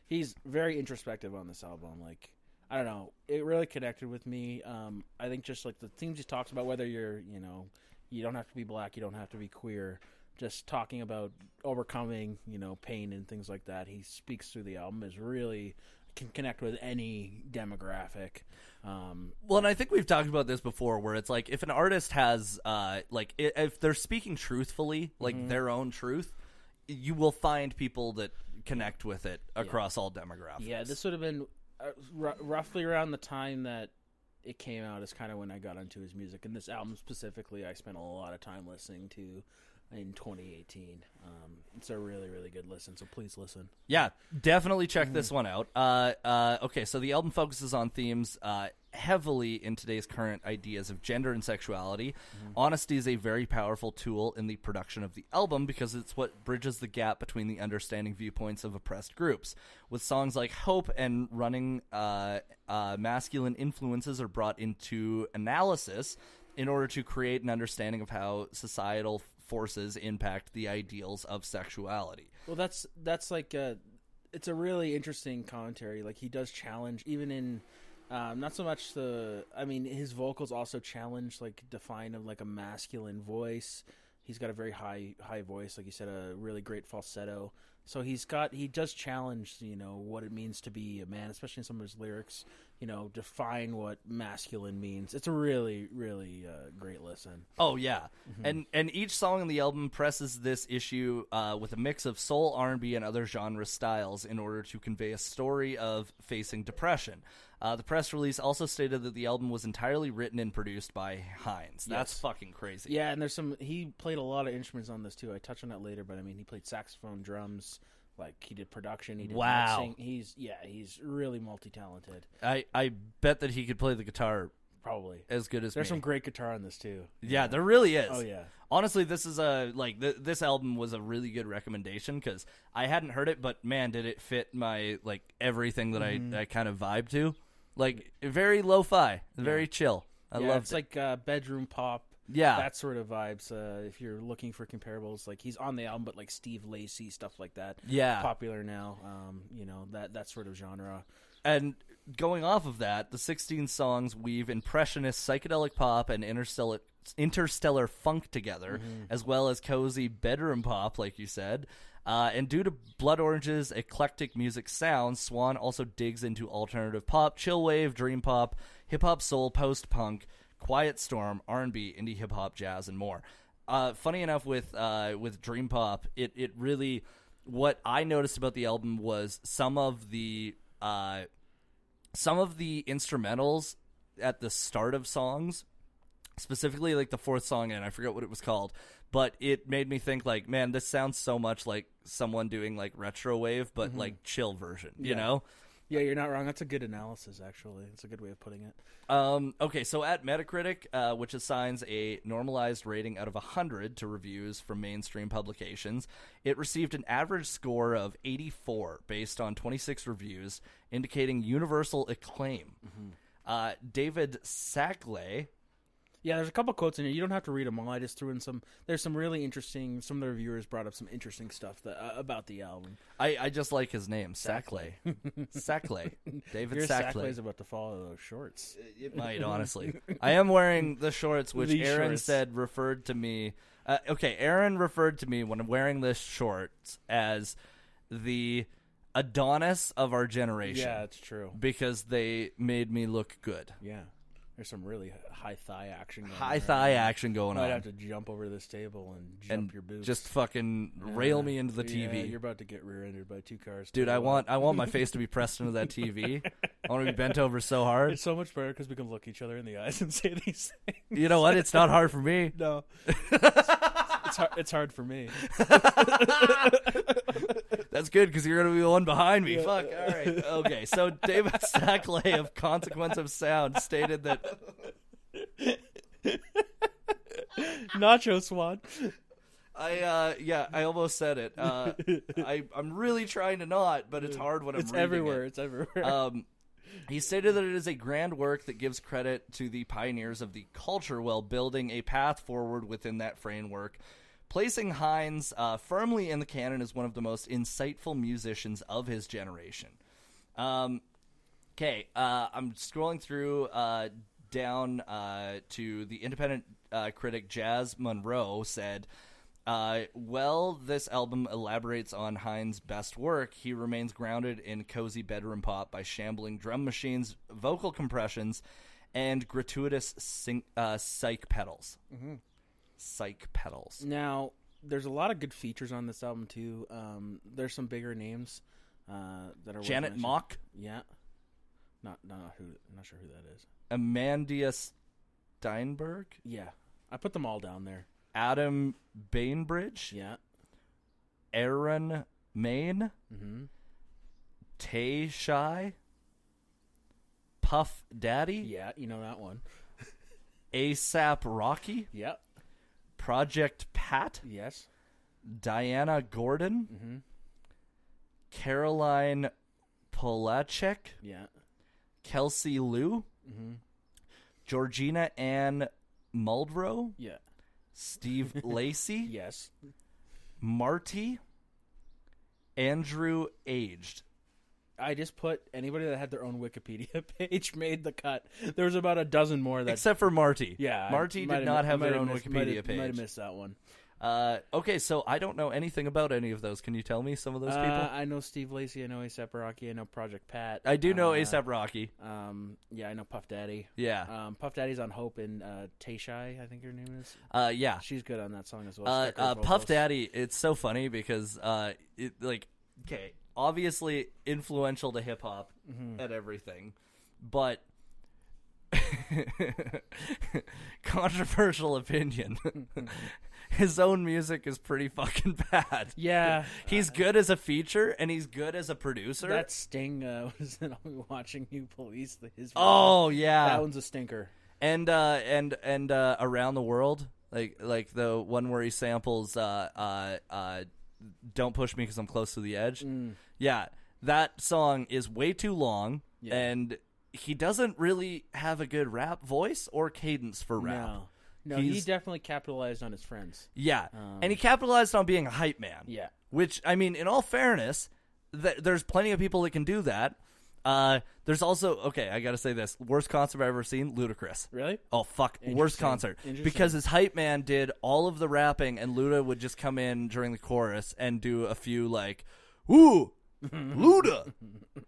he's very introspective on this album like i don't know it really connected with me um, i think just like the themes he talks about whether you're you know you don't have to be black you don't have to be queer just talking about overcoming you know pain and things like that he speaks through the album is really can connect with any demographic um,
Well, and I think we've talked about this before where it's like if an artist has uh like i- if they're speaking truthfully, like
Mm-hmm.
their own truth, you will find people that connect with it across all demographics.
yeah this would have been uh, r- roughly around the time that it came out is kind of when i got into his music and this album specifically i spent a lot of time listening to in 2018 um, it's a really really good listen so please listen
Yeah, definitely check this one out. Uh, uh, okay, so the album focuses on themes uh, heavily in today's current ideas of gender and sexuality. Honesty is a very powerful tool in the production of the album because it's what bridges the gap between the understanding viewpoints of oppressed groups. With songs like Hope and Running, uh, uh, masculine influences are brought into analysis in order to create an understanding of how societal forces impact the ideals of sexuality.
well that's that's like uh it's a really interesting commentary like he does challenge even in um, not so much the i mean his vocals also challenge like define of like a masculine voice he's got a very high high voice like you said a really great falsetto so he's got he does challenge you know what it means to be a man especially in some of his lyrics you know define what masculine means it's a really really uh, great listen
Oh yeah,
Mm-hmm.
and and each song on the album presses this issue uh, with a mix of soul, R and B, and other genre styles in order to convey a story of facing depression. Uh, the press release also stated that the album was entirely written and produced by Hines. That's fucking crazy.
Yeah, and there's some. He played a lot of instruments on this too. I touch on that later, but I mean, he played saxophone, drums. Like he did production. He did
Wow.
mixing. He's yeah, he's really multi talented.
I I bet that he could play the guitar
Probably.
as good as
There's
me.
some great guitar on this too.
Yeah, there really is.
Oh, yeah.
Honestly, this is a like th- this album was a really good recommendation because I hadn't heard it, but man, did it fit my like everything that
Mm-hmm.
I I kind of vibe to. Like very lo-fi, very chill. I
yeah,
loved
it's
it.
like uh, bedroom pop.
Yeah.
that sort of vibes. Uh, if you're looking for comparables, like he's on the album, but like Steve Lacy stuff like that.
Yeah.
popular now. Um, you know that that sort of genre.
And going off of that, the 16 songs weave impressionist psychedelic pop and interstellar interstellar funk together, as well as cozy bedroom pop, like you said. Uh, and due to Blood Orange's eclectic music sound, Swan also digs into alternative pop, chill wave, dream pop, hip hop, soul, post punk, quiet storm, R and B, indie hip hop, jazz, and more. Uh, funny enough, with uh, with dream pop, it it really what I noticed about the album was some of the uh, some of the instrumentals at the start of songs specifically like the fourth song and i forget what it was called but it made me think like man this sounds so much like someone doing like retro wave but like chill version you
Yeah.
know
Yeah, you're not wrong. That's a good analysis. Actually, it's a good way of putting it.
um, okay, so at Metacritic, uh, which assigns a normalized rating out of 100 to reviews from mainstream publications, it received an average score of 84 based on 26 reviews, indicating universal acclaim. Uh, David Sackley.
Yeah, there's a couple quotes in here. You don't have to read them all. I just threw in some. There's some really interesting. Some of the reviewers brought up some interesting stuff that, uh, about the album.
I, I just like his name, Sackley. Sackley. David
Your
Sackley.
Sacklay is about to follow those shorts.
It might honestly. I am wearing the shorts, which
The
Aaron
shorts.
said referred to me. Uh, okay, Aaron referred to me when I'm wearing this shorts as the Adonis of our generation
Yeah, it's true.
because they made me look good.
Yeah, There's some really high thigh action. Going on
High
right
thigh
now.
action going
Might
on.
have to jump over this table and jump
and
your boots.
just fucking rail me into the
Yeah,
TV.
you're about to get rear-ended by two cars.
Dude, I
Tell you
want I want my face to be pressed into that TV. I want to be bent over so
what.
hard.
It's so much better because we can look each other in the eyes and say these things.
You know what? It's not hard for me.
No, it's hard. It's hard for me.
That's good because you're gonna be the one behind me. Fuck. All right. Okay. So David Sackley of Consequence of Sound stated that
Nacho Swan.
I uh yeah I almost said it. Uh, I I'm really trying to not, but it's hard when I'm
It's
reading it.
everywhere. It's everywhere.
Um, he stated that it is a grand work that gives credit to the pioneers of the culture while building a path forward within that framework. Placing Hines uh, firmly in the canon as one of the most insightful musicians of his generation. Um, okay, uh, I'm scrolling through uh, down uh, to the independent uh, critic Jazz Monroe said. Uh, well, this album elaborates on Hines' best work. He remains grounded in cozy bedroom pop by shambling drum machines, vocal compressions, and gratuitous syn- uh, psych pedals. Psych
Mm-hmm.
pedals.
Now, there's a lot of good features on this album too. Um, there's some bigger names uh, that are worth
Janet
mentioning.
Mock,
Yeah, not not who. I'm not sure who that is.
Amandia Steinberg,
Yeah, I put them all down there.
Adam Bainbridge,
Yeah.
Aaron Main,
Mm-hmm.
Tay Shy, Puff Daddy,
Yeah, you know that one.
ASAP Rocky,
Yep.
Project Pat,
Yes.
Diana Gordon,
Mhm.
Caroline Polachek,
Yeah.
Kelsey Liu,
Mhm.
Georgina Ann Muldrow,
Yeah.
Steve Lacey,
Yes.
Marty, Andrew Aged.
I just put anybody that had their own Wikipedia page made the cut. There was about a dozen more that.
Except for Marty.
yeah, I
Marty
might
did not
mi-
have their
might
own
missed- might
Wikipedia
have-
page.
Might have missed that one.
Uh, okay, so I don't know anything about any of those. Can you tell me some of those people?
Uh, I know Steve Lacey. I know ASAP Rocky. I know Project Pat.
I do know
uh,
ASAP Rocky.
Um, yeah, I know Puff Daddy.
Yeah.
Um, Puff Daddy's on Hope and uh, Tayshy, I think her name is.
Uh, yeah.
She's good on that song as well.
Uh,
Stuck her
uh, Puff
vocals.
Daddy, it's so funny because uh, it like okay, obviously influential to hip hop
Mm-hmm.
and everything, but controversial opinion. His own music is pretty fucking bad.
Yeah,
He's good as a feature and he's good as a producer.
that Sting uh, was in I'll Be Watching You Police. the- His
oh
that
yeah,
one's a stinker.
and uh, and and uh, around the world, like like the one where he samples uh, uh, uh, "Don't Push Me" because I'm close to the edge.
Mm.
Yeah, that song is way too long,
Yeah.
and he doesn't really have a good rap voice or cadence for rap.
No, no, he
He's-
definitely capitalized on his friends.
Yeah, and he capitalized on being a hype man.
Um, Yeah.
which I mean, in all fairness, th- there's plenty of people that can do that. Uh, there's also okay. I gotta say this: worst concert I've ever seen, Ludacris.
Really?
Oh fuck! Worst
Interesting.
concert
Interesting.
because his hype man did all of the rapping, and Luda would just come in during the chorus and do a few like, "Ooh, Luda,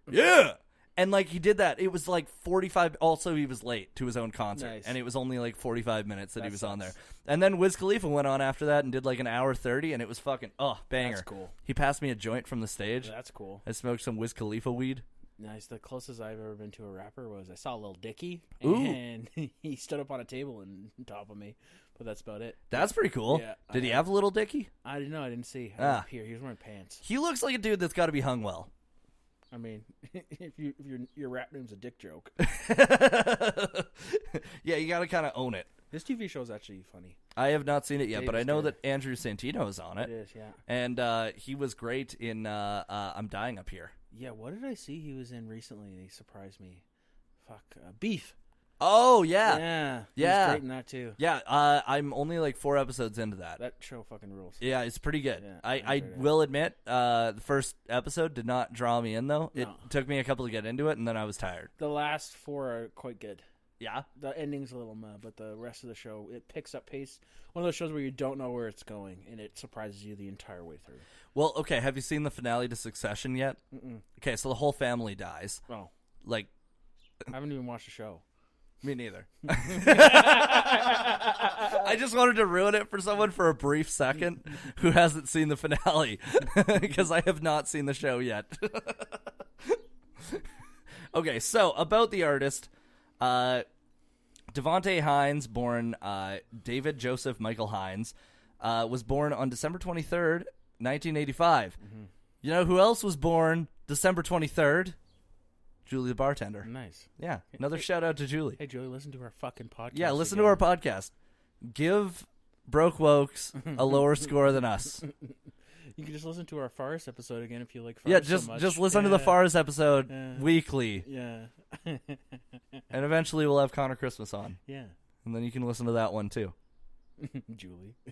yeah," and like he did that. It was like forty-five. Also, he was late to his own concert,
Nice.
and it was only like forty-five minutes that, he
That
was on there.
sucks.
And then Wiz Khalifa went on after that and did like an hour thirty, and it was fucking oh banger.
cool.
He passed me a joint from the stage.
That's cool.
I smoked some Wiz Khalifa weed.
Nice. The closest I've ever been to a rapper was I saw Lil Dicky,
Ooh.
and he stood up on a table and top of me. But that's about it.
That's pretty cool.
Yeah, I
did he
have-
have a little dicky?
I didn't know. I didn't see. I
Ah.
didn't hear. He was wearing pants.
He looks like a dude that's got to be hung well.
I mean, if you if your your rap name's a dick joke,
yeah, you got to kind of own it.
this TV show is actually funny.
I have not seen it yet, but I
Davis
know
did.
that Andrew Santino is on
It
it,
is, yeah,
and uh, he was great in uh, uh, "I'm Dying Up Here."
yeah. What did I see? He was in recently, and he surprised me. Fuck, uh, Beef.
Oh yeah, yeah.
Yeah,
Yeah.
He was great in that too.
uh, I'm only like four episodes into that.
That show fucking rules.
yeah, it's pretty good.
Yeah,
I,
I
I
heard it.
will admit, uh, the first episode did not draw me in though. It
No.
took me a couple to get into it, and then I was tired.
The last four are quite good.
Yeah,
The ending's a little meh, but the rest of the show it picks up pace. One of those shows where you don't know where it's going, and it surprises you the entire way through.
Well, okay. Have you seen the finale to Succession yet? Okay, so the whole family dies.
Oh,
Like,
I haven't even watched the show.
Me neither. I just wanted to ruin it for someone for a brief second who hasn't seen the finale because I have not seen the show yet. okay, so about the artist, uh, Devonte Hines, born uh, David Joseph Michael Hines, uh, was born on December twenty third, nineteen eighty five. You know who else was born December twenty third? Julie the bartender.
Nice.
Yeah, another shout out to Julie.
Hey, Joey, listen to our fucking podcast.
Yeah, listen to our podcast. Give Broke Wokes a lower score than us.
You can just listen to our Forest episode again if you like. Forest
Yeah,
so
just
much.
just listen to
Yeah,
the Fars episode
Yeah.
weekly,
Yeah,
and eventually we'll have Connor Christmas on,
yeah.
and then you can listen to that one too.
Julie.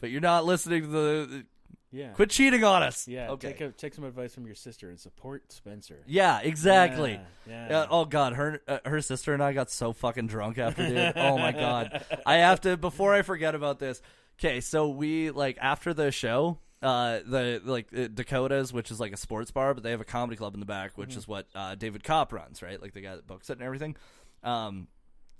But you're not listening to the.
Yeah.
Quit cheating on us.
Yeah.
Okay.
Take a, take some advice from your sister and support Spencer.
yeah. Exactly.
Yeah.
Yeah, oh god, her uh, her sister and I got so fucking drunk after dude. Oh my god, I have to before I forget about this. Okay, so we like after the show, uh, the like uh, Dakotas, which is like a sports bar, but they have a comedy club in the back,
Mm-hmm.
which is what uh, David Kopp runs, right? Like the guy that books it and everything. Um,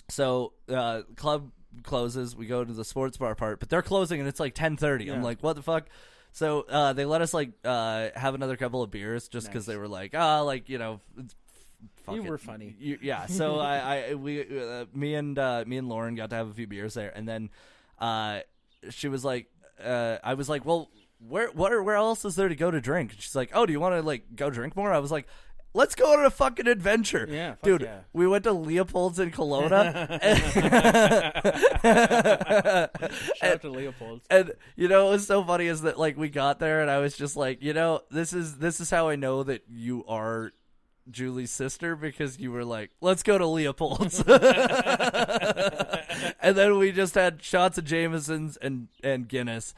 so uh, club closes. We go to the sports bar part, but they're closing and it's like ten thirty. I'm
Yeah.
like, what the fuck? So uh, they let us like uh, have another couple of beers just because
Nice.
they were like, ah, like you know, it's- fuck
You
it.
were funny.
You- yeah. So I, I we uh, me and uh, me and Lauren got to have a few beers there, and then uh, she was like, uh, I was like, well, where what are, where else is there to go to drink? And she's like, oh, do you want to like go drink more? I was like. Let's go on a fucking adventure,
Yeah, fuck
dude.
yeah.
We went to Leopold's in Kelowna,
Shout out to Leopold.
and you know what was so funny is that like we got there and I was just like, you know, this is this is how I know that you are Julie's sister because you were like, let's go to Leopold's, and then we just had shots of Jamesons and and Guinness,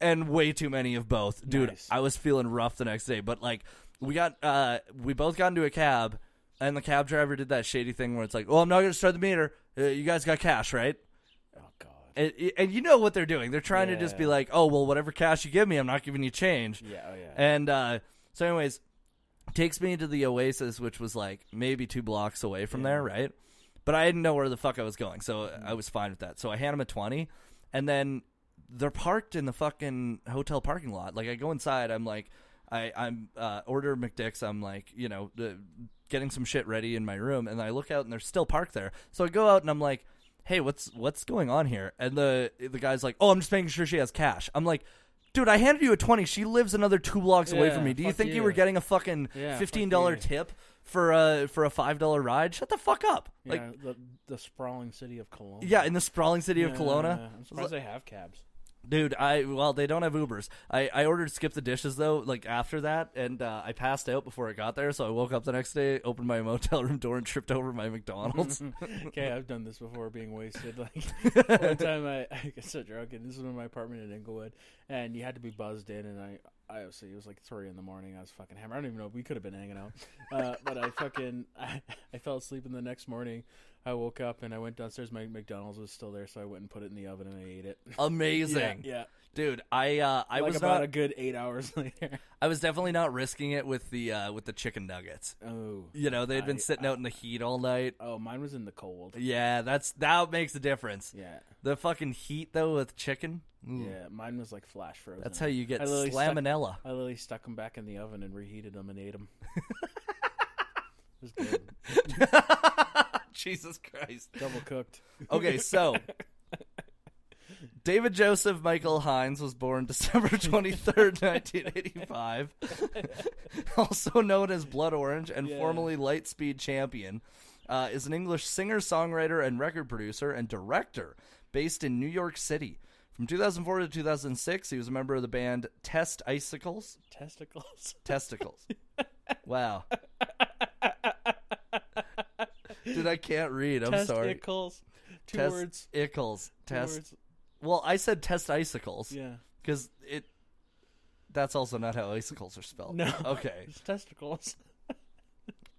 and way too many of both, dude.
Nice.
I was feeling rough the next day, but like we got uh we both got into a cab, and the cab driver did that shady thing where it's like, well, I'm not gonna start the meter. Uh, you guys got cash, right?
Oh God.
And, and you know what they're doing. They're trying to just
Yeah.
be like, oh, well, whatever cash you give me, I'm not giving you change.
Yeah. Oh yeah.
And uh, so, anyways, takes me to the Oasis, which was like maybe two blocks away from there, right? But I didn't know where the fuck I was going, so I was fine with that. So I hand him a twenty, and then they're parked in the fucking hotel parking lot. Like I go inside, I'm like, I I'm uh, order McDicks. I'm like, you know, the, getting some shit ready in my room, and I look out and they're still parked there. So I go out and I'm like. Hey, what's what's going on here? And the the guy's like, "Oh, I'm just making sure she has cash." I'm like, "Dude, I handed you a 20. She lives another 2 blocks away
Yeah,
from me. Do you
fuck
think you
you.
were getting a fucking
Yeah, fuck
fifteen dollar
you.
tip for a for a five dollar ride. Shut the fuck up. Like
yeah, the the sprawling city of Cologne.
yeah, in the sprawling city of Kelowna,
I'm surprised they have cabs.
dude. I well, they don't have Ubers. I I ordered skip the dishes though. Like after that, and uh, I passed out before I got there. So I woke up the next day, opened my motel room door, and tripped over my McDonald's.
Okay, I've done this before, being wasted. Like one time, I, I got so drunk, and this was in my apartment in Inglewood, and you had to be buzzed in, and I. I obviously it was like three in the morning. I was fucking hammered. I don't even know if we could have been hanging out, uh, but I fucking I, I fell asleep. And the next morning, I woke up and I went downstairs. My McDonald's was still there, so I went and put it in the oven and I ate it.
Amazing,
Yeah, yeah.
dude. I uh, I
like
was
about
not.
a good eight hours later.
I was definitely not risking it with the uh, with the chicken nuggets.
Oh,
You know, they'd been
I-
sitting out in the heat all night.
oh, mine was in the cold.
Yeah, that's that makes a difference.
Yeah,
The fucking heat though with chicken. Ooh.
yeah. Mine was like flash frozen.
Mm. That's how you get
I literally stuck-
salmonella.
I literally stuck them back in the oven and reheated them and ate them. it was good.
Jesus Christ.
Double cooked.
Okay, so David Joseph Michael Hines was born December 23rd, 1985, also known as Blood Orange and
Yeah.
formerly Lightspeed Champion, uh, is an English singer, songwriter, and record producer and director based in New York City. From 2004 to 2006, he was a member of the band Test Icicles.
Testicles.
Testicles. wow. Dude, I can't read. I'm sorry.
Testicles. Two
Test
words.
Ickles.
Two
Test.
words.
Well, I said test icicles
Yeah.
because it. That's also not how icicles are spelled.
No.
Okay.
It's testicles.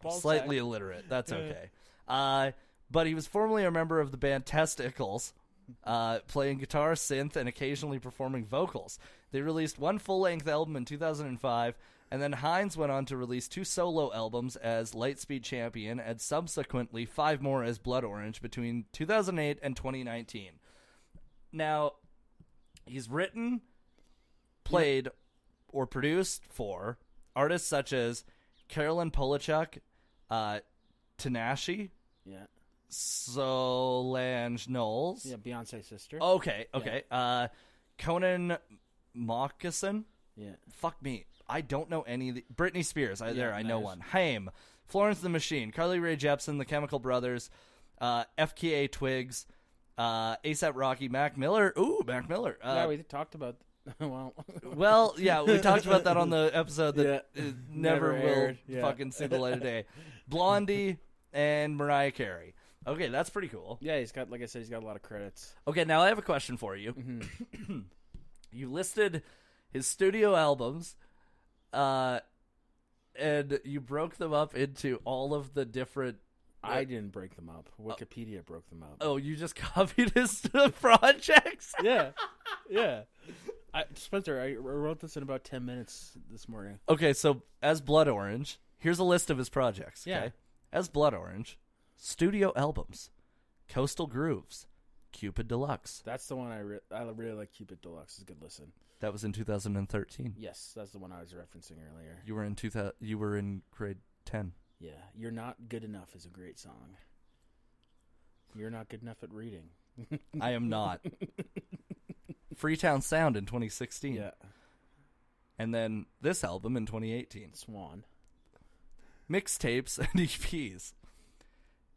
Ball
Slightly
sack.
illiterate. That's
Yeah.
okay. Uh, but he was formerly a member of the band Testicles, uh, playing guitar, synth, and occasionally performing vocals. They released one full length album in 2005 And then Hines went on to release two solo albums as Lightspeed Champion and subsequently five more as Blood Orange between 2008 and 2019. Now, he's written, played, or produced for artists such as Carolyn Polachuk, uh, Tanashi,
Yeah.
Solange Knowles.
Yeah, Beyonce's sister.
Okay, okay. Uh, Conan Moccasin.
Yeah.
Fuck me. I don't know any of the. Britney Spears. I, there, I know
nice.
one. Haim. Florence the Machine. Carly Rae Jepsen. The Chemical Brothers. Uh, FKA Twigs. Uh, ASAP Rocky. Mac Miller. Ooh, Mac Miller. Uh,
yeah, we talked about. well,
well, yeah, we talked about that on the episode that
Yeah.
uh, never,
Never
will
aired, yeah.
fucking see the light of day. Blondie and Mariah Carey. Okay, that's pretty cool.
yeah, he's got like I said, he's got a lot of credits.
Okay, now I have a question for you.
Mm-hmm.
you listed his studio albums, uh, and you broke them up into all of the different.
I didn't break them up. Wikipedia broke them up.
Oh, you just copied his projects.
Yeah, yeah. I, Spencer, I I wrote this in about ten minutes this morning.
Okay, so as Blood Orange, here's a list of his projects. Okay?
Yeah.
As Blood Orange, studio albums, Coastal Grooves, Cupid Deluxe.
That's the one I re- I really like. Cupid Deluxe is good. Listen,
That was in 2013.
yes, that's the one I was referencing earlier.
You were in 2000, You were in grade 10.
Yeah, you're not good enough is a great song. You're not good enough at reading.
I am not. Freetown Sound in 2016.
Yeah,
And then this album in 2018.
Swan.
Mixtapes and EPs.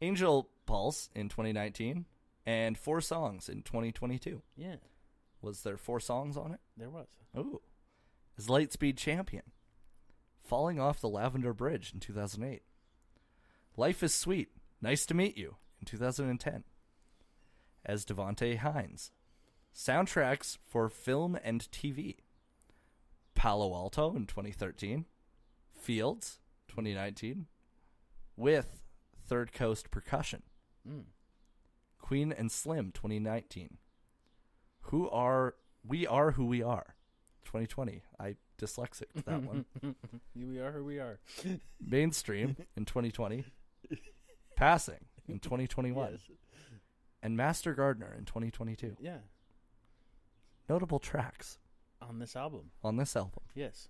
Angel Pulse in 2019. And four songs in 2022.
Yeah,
Was there four songs on it?
there was.
Ooh. Is Lightspeed Champion. Falling Off the Lavender Bridge in 2008. Life is Sweet. Nice to Meet You in 2010. As Devonte Hines. Soundtracks for film and TV. Palo Alto in 2013. Fields 2019. With Third Coast Percussion.
Hmm.
Queen and Slim 2019. Who are We Are Who We Are 2020. I dyslexic that one.
Here we are who we are.
Mainstream in 2020. Passing in 2021. And Master Gardener in 2022.
Yeah,
Notable tracks
on this album.
on this album.
Yes,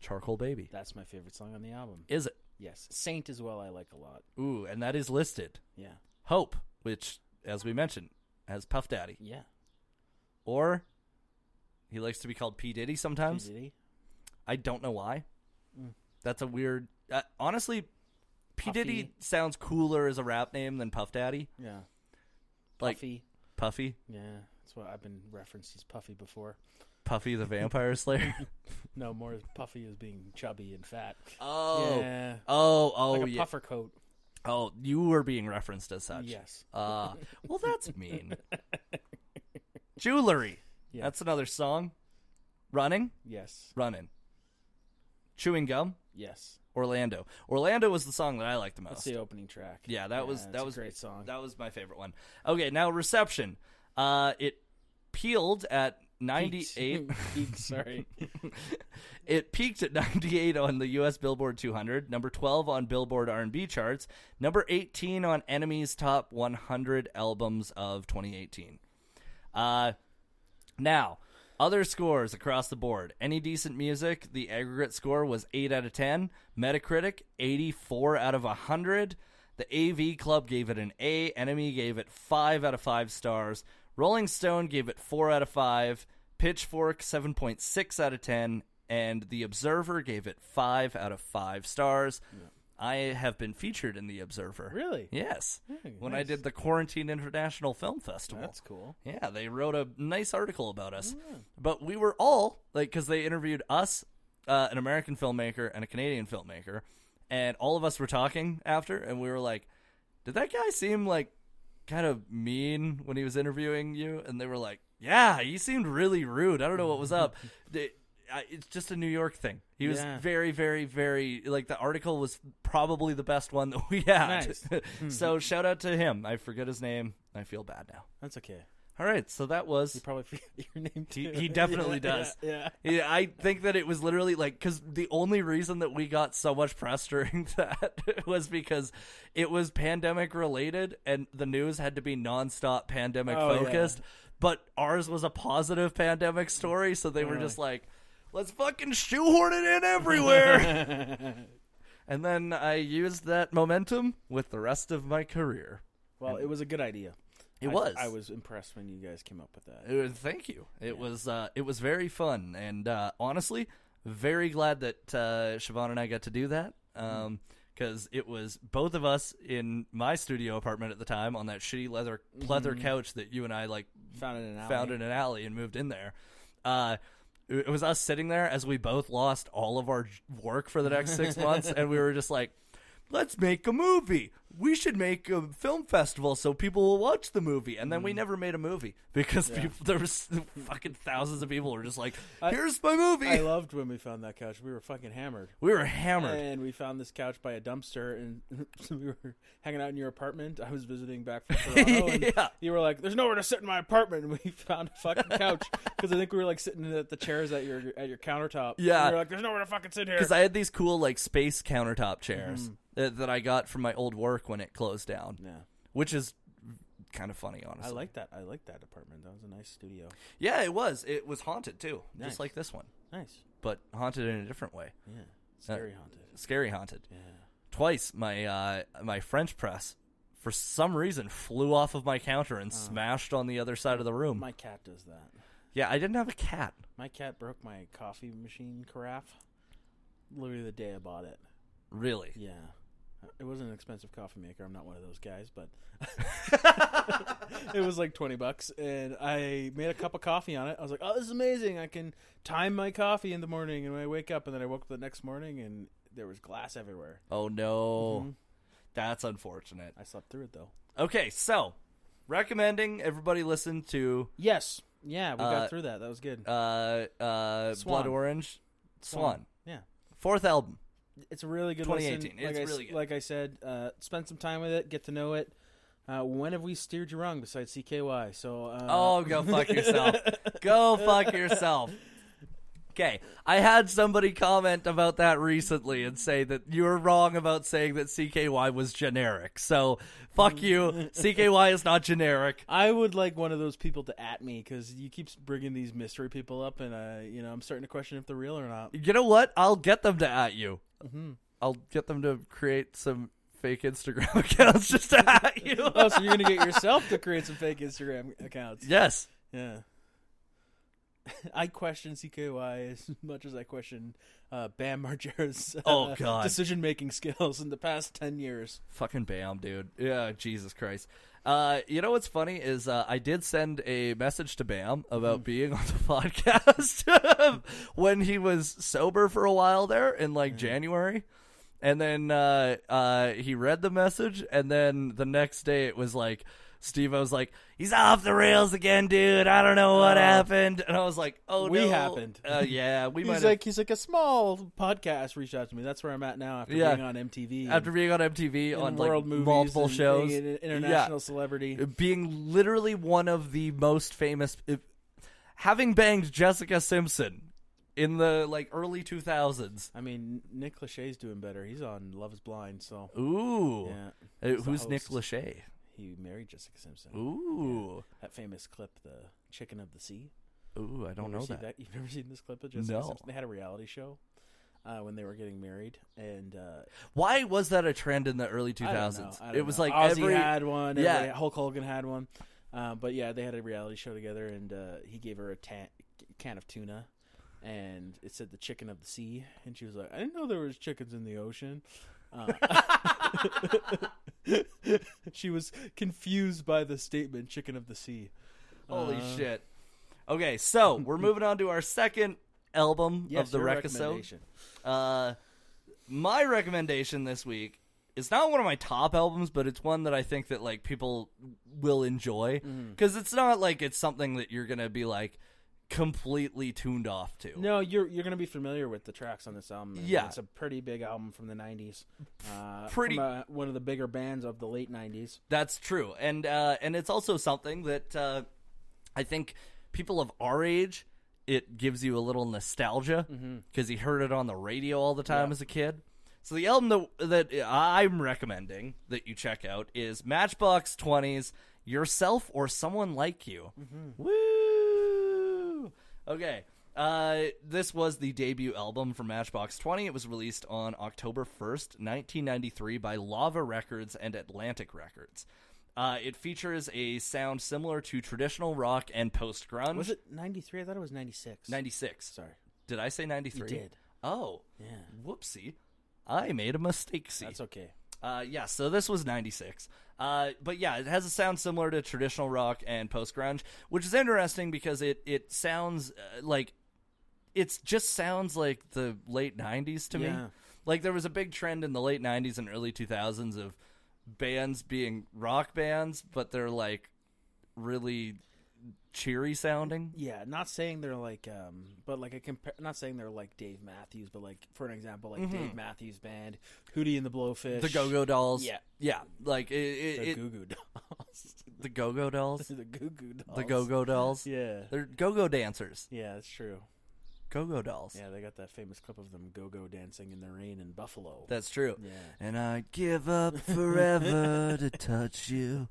Charcoal Baby.
that's my favorite song on the album.
Is it?
Yes, Saint as well. I like a lot.
Ooh, and that is listed.
Yeah,
Hope, which as we mentioned, has Puff Daddy.
yeah.
Or he likes to be called P Diddy sometimes.
Did he?
I don't know why. That's a weird. Uh, honestly, P
Mm. Puffy.
Diddy sounds cooler as a rap name than Puff Daddy.
Yeah.
Like-
Puffy.
Puffy,
Yeah, that's what I've been referenced as Puffy before.
Puffy the Vampire Slayer.
No, more as Puffy as being chubby and fat.
oh,
yeah.
oh, oh,
like a
yeah.
puffer coat.
Oh, you were being referenced as such.
Yes.
Ah, well, that's mean. Jewelry.
Yeah.
That's another song. Running,
Yes.
running. Chewing gum,
Yes.
Orlando. Orlando was the song that I liked the most.
That's the opening track.
Yeah, that was
it's
that
a
was
great song.
That was my favorite one. Okay, now reception. Uh, it peeled at ninety
Peaks.
eight.
Peaks, sorry.
it peaked at ninety eight on the U.S. Billboard 200, number twelve on Billboard R and B charts, number eighteen on Enemy's top one hundred albums of twenty eighteen. Uh, now. Other scores across the board. Any decent music, the aggregate score was 8 out of 10. Metacritic, 84 out of 100. The AV Club gave it an A. Enemy gave it 5 out of 5 stars. Rolling Stone gave it 4 out of 5. Pitchfork, 7.6 out of 10. And The Observer gave it 5 out of 5 stars. I have been featured in The Observer.
Really?
Yes.
Hmm,
when I
nice.
did the Quarantine International Film Festival.
That's cool.
Yeah, they wrote a nice article about us. But we were all like, because they interviewed us, uh, an American filmmaker and a Canadian filmmaker, and all of us were talking after, and we were like, "Did that guy seem like kind of mean when he was interviewing you?" And they were like, "Yeah, he seemed really rude. I don't know what was up." They- I- it's just a New York thing. He was
Yeah.
very, very, very like the article was probably the best one that we had.
Nice. Mm-hmm.
so shout out to him. I forget his name. I feel bad now.
That's okay.
All right, so that was.
You probably forget your name
He,
too.
he definitely
Yeah,
does.
Yeah. yeah.
Yeah, I think that it was literally like because the only reason that we got so much press during that was because it was pandemic related and the news had to be nonstop pandemic
Oh, yeah.
focused. But ours was a positive pandemic story, so they were
Really?
just like, "Let's fucking shoehorn it in everywhere." and then I used that momentum with the rest of my career.
Well, it was a good idea.
It
I-
was.
I was impressed when you guys came up with that.
It was, uh, thank you. It was uh, it was very fun, and uh, honestly, very glad that uh, Siobhan and I got to do that because it was both of us in my studio apartment at the time on that shitty leather leather couch that you and I like
Found it in an
found
alley.
in an alley and moved in there. Uh, it it was us sitting there as we both lost all of our j- work for the next six months, and we were just like, "Let's make a movie. We should make a film festival so people will watch the movie." And
Mm.
then we never made a movie because people, there was fucking thousands of people who were just like, "Here's my movie."
I loved when we found that couch. We were fucking hammered.
we were hammered.
And we found this couch by a dumpster, and we were hanging out in your apartment. I was visiting back from Toronto, and
Yeah.
you were like, "There's nowhere to sit in my apartment." And we found a fucking couch because I think we were like sitting at the chairs at your at your countertop.
Yeah.
and we were like, "There's nowhere to fucking sit here."
because I had these cool like space countertop chairs that, that I got from my old work when it closed down,
Mm-hmm. yeah,
which is kind of funny, honestly.
I like that. I like that apartment. That was a nice studio.
Yeah, it was. It was haunted too,
Nice.
just like this one,
Nice.
but haunted in a different way.
Yeah,
Uh,
scary haunted.
Scary haunted.
Yeah.
Twice, my uh, my French press, for some reason, flew off of my counter and smashed on the other side of the room.
Uh. My cat does that.
yeah, I didn't have a cat.
My cat broke my coffee machine carafe literally the day I bought it.
Really?
Yeah. It wasn't an expensive coffee maker. I'm not one of those guys, but it was like 20 bucks. And I made a cup of coffee on it. I was like, oh, this is amazing. I can time my coffee in the morning. And when I wake up, and then I woke up the next morning, and there was glass everywhere. Mm-hmm.
Oh no, that's unfortunate.
I slept through it, though.
Okay, so recommending everybody listen to
Yes. Yeah, we
Uh,
got through that. That was good.
uh, uh,
Swan.
Blood Orange, Swan.
Yeah.
fourth album.
It's a really good
2018.
listen. Like
It's
I s-
really good.
Like I said, uh, spend some time with it, get to know it. Uh, when have we steered you wrong besides CKY? So uh,
Oh, go fuck yourself. go fuck yourself. Okay, I had somebody comment about that recently and say that you were wrong about saying that CKY was generic. So fuck you. CKY is not generic.
I would like one of those people to at me because you keep bringing these mystery people up, and uh, you know I'm starting to question if they're real or not.
You know what? I'll get them to at you. I'll get them to create some fake Instagram accounts just to at you.
Oh, so you're gonna get yourself to create some fake Instagram accounts?
yes.
Yeah. I question CKY as much as I question uh, Bam Margera's uh,
Oh, God.
decision making skills in the past ten years.
Fucking bam, dude. Yeah, Jesus Christ. Uh, you know what's funny is uh, I did send a message to Bam
Mm.
about being on the podcast when he was sober for a while there in like January. And then uh, uh, he read the message, and then the next day it was like, Steve, I was like, he's off the rails again, dude. I don't know what
Uh,
happened. And I was like, oh,
we
no.
happened.
Uh, yeah, we might
He's
have-
like he's like a small podcast reached out to me. That's where I'm at now after
Yeah.
being on MTV, and-
after being on MTV
and
on
world
like
movies,
multiple
and
shows,
being an
Yeah.
international celebrity.
being literally one of the most famous if- having banged Jessica Simpson in the like early 2000s.
I mean, Nick Lachey's doing better. He's on Love Is Blind, so
Ooh.
yeah.
Uh,
He's the
who's Nick
host.
Lachey?
He married Jessica Simpson.
Ooh.
That famous clip, the Chicken of the Sea.
Ooh, I don't
You ever
know
seen
that.
You've never seen this clip of Jessica
No.
Simpson? They had a reality show uh, when they were getting married, and uh,
Why was that a trend in the early
I don't know.
2000s?
I don't
It was
know.
like
Ozzy
every
had one.
Yeah.
Yeah, Hulk Hogan had one. Um, but yeah, they had a reality show together, and uh, he gave her a tan- can of tuna, and it said the chicken of the sea, and she was like, "I didn't know there was chickens in the ocean." Uh, she was confused by the statement "chicken of the sea."
Holy
Uh,
shit. Okay, so we're moving on to our second album
Yes,
of the
your
Recasode.
recommendation.
Uh, my recommendation this week is not one of my top albums, but it's one that I think that like people will enjoy because it's not like it's something that you're gonna be like completely tuned off to.
No, you're you're gonna be familiar with the tracks on this album. I mean,
Yeah.
it's a pretty big album from the '90s. Uh,
Pretty-
from, uh, one of the bigger bands of the late '90s.
That's true, and uh, and it's also something that uh, I think people of our age, it gives you a little nostalgia because he heard it on the radio all the time as a kid. So the album that, that I'm recommending that you check out is Matchbox 20's "Yourself or Someone Like You." Woo! Okay. Uh, this was the debut album for Matchbox 20. It was released on October 1st, 1993, by Lava Records and Atlantic Records. Uh, it features a sound similar to traditional rock and post grunge.
Was it 93? I thought it was 96.
96.
Sorry.
Did I say 93?
You did.
Oh.
Yeah.
Whoopsie. I made a mistake. See.
That's okay.
Uh, yeah, so this was 96. Uh, but yeah, it has a sound similar to traditional rock and post grunge, which is interesting because it, it sounds uh, like it's just sounds like the late 90s to me.
Yeah.
Like there was a big trend in the late 90s and early 2000s of bands being rock bands, but they're like really cheery sounding.
Yeah, not saying they're like, um, but like a compare. Not saying they're like Dave Matthews, but like for an example, like Dave Matthews Band, Hootie and the Blowfish,
Mm-hmm. The Go Go Dolls.
Yeah.
Yeah. Like it, it,
the
it-
Goo Goo Dolls,
the Go Go Dolls.
the Goo Goo Dolls,
The Go Go Dolls.
Yeah,
They're Go Go dancers.
yeah, that's true.
Go Go Dolls.
Yeah, they got that famous clip of them go go dancing in the rain in Buffalo.
That's true.
yeah,
And I give up forever to touch you.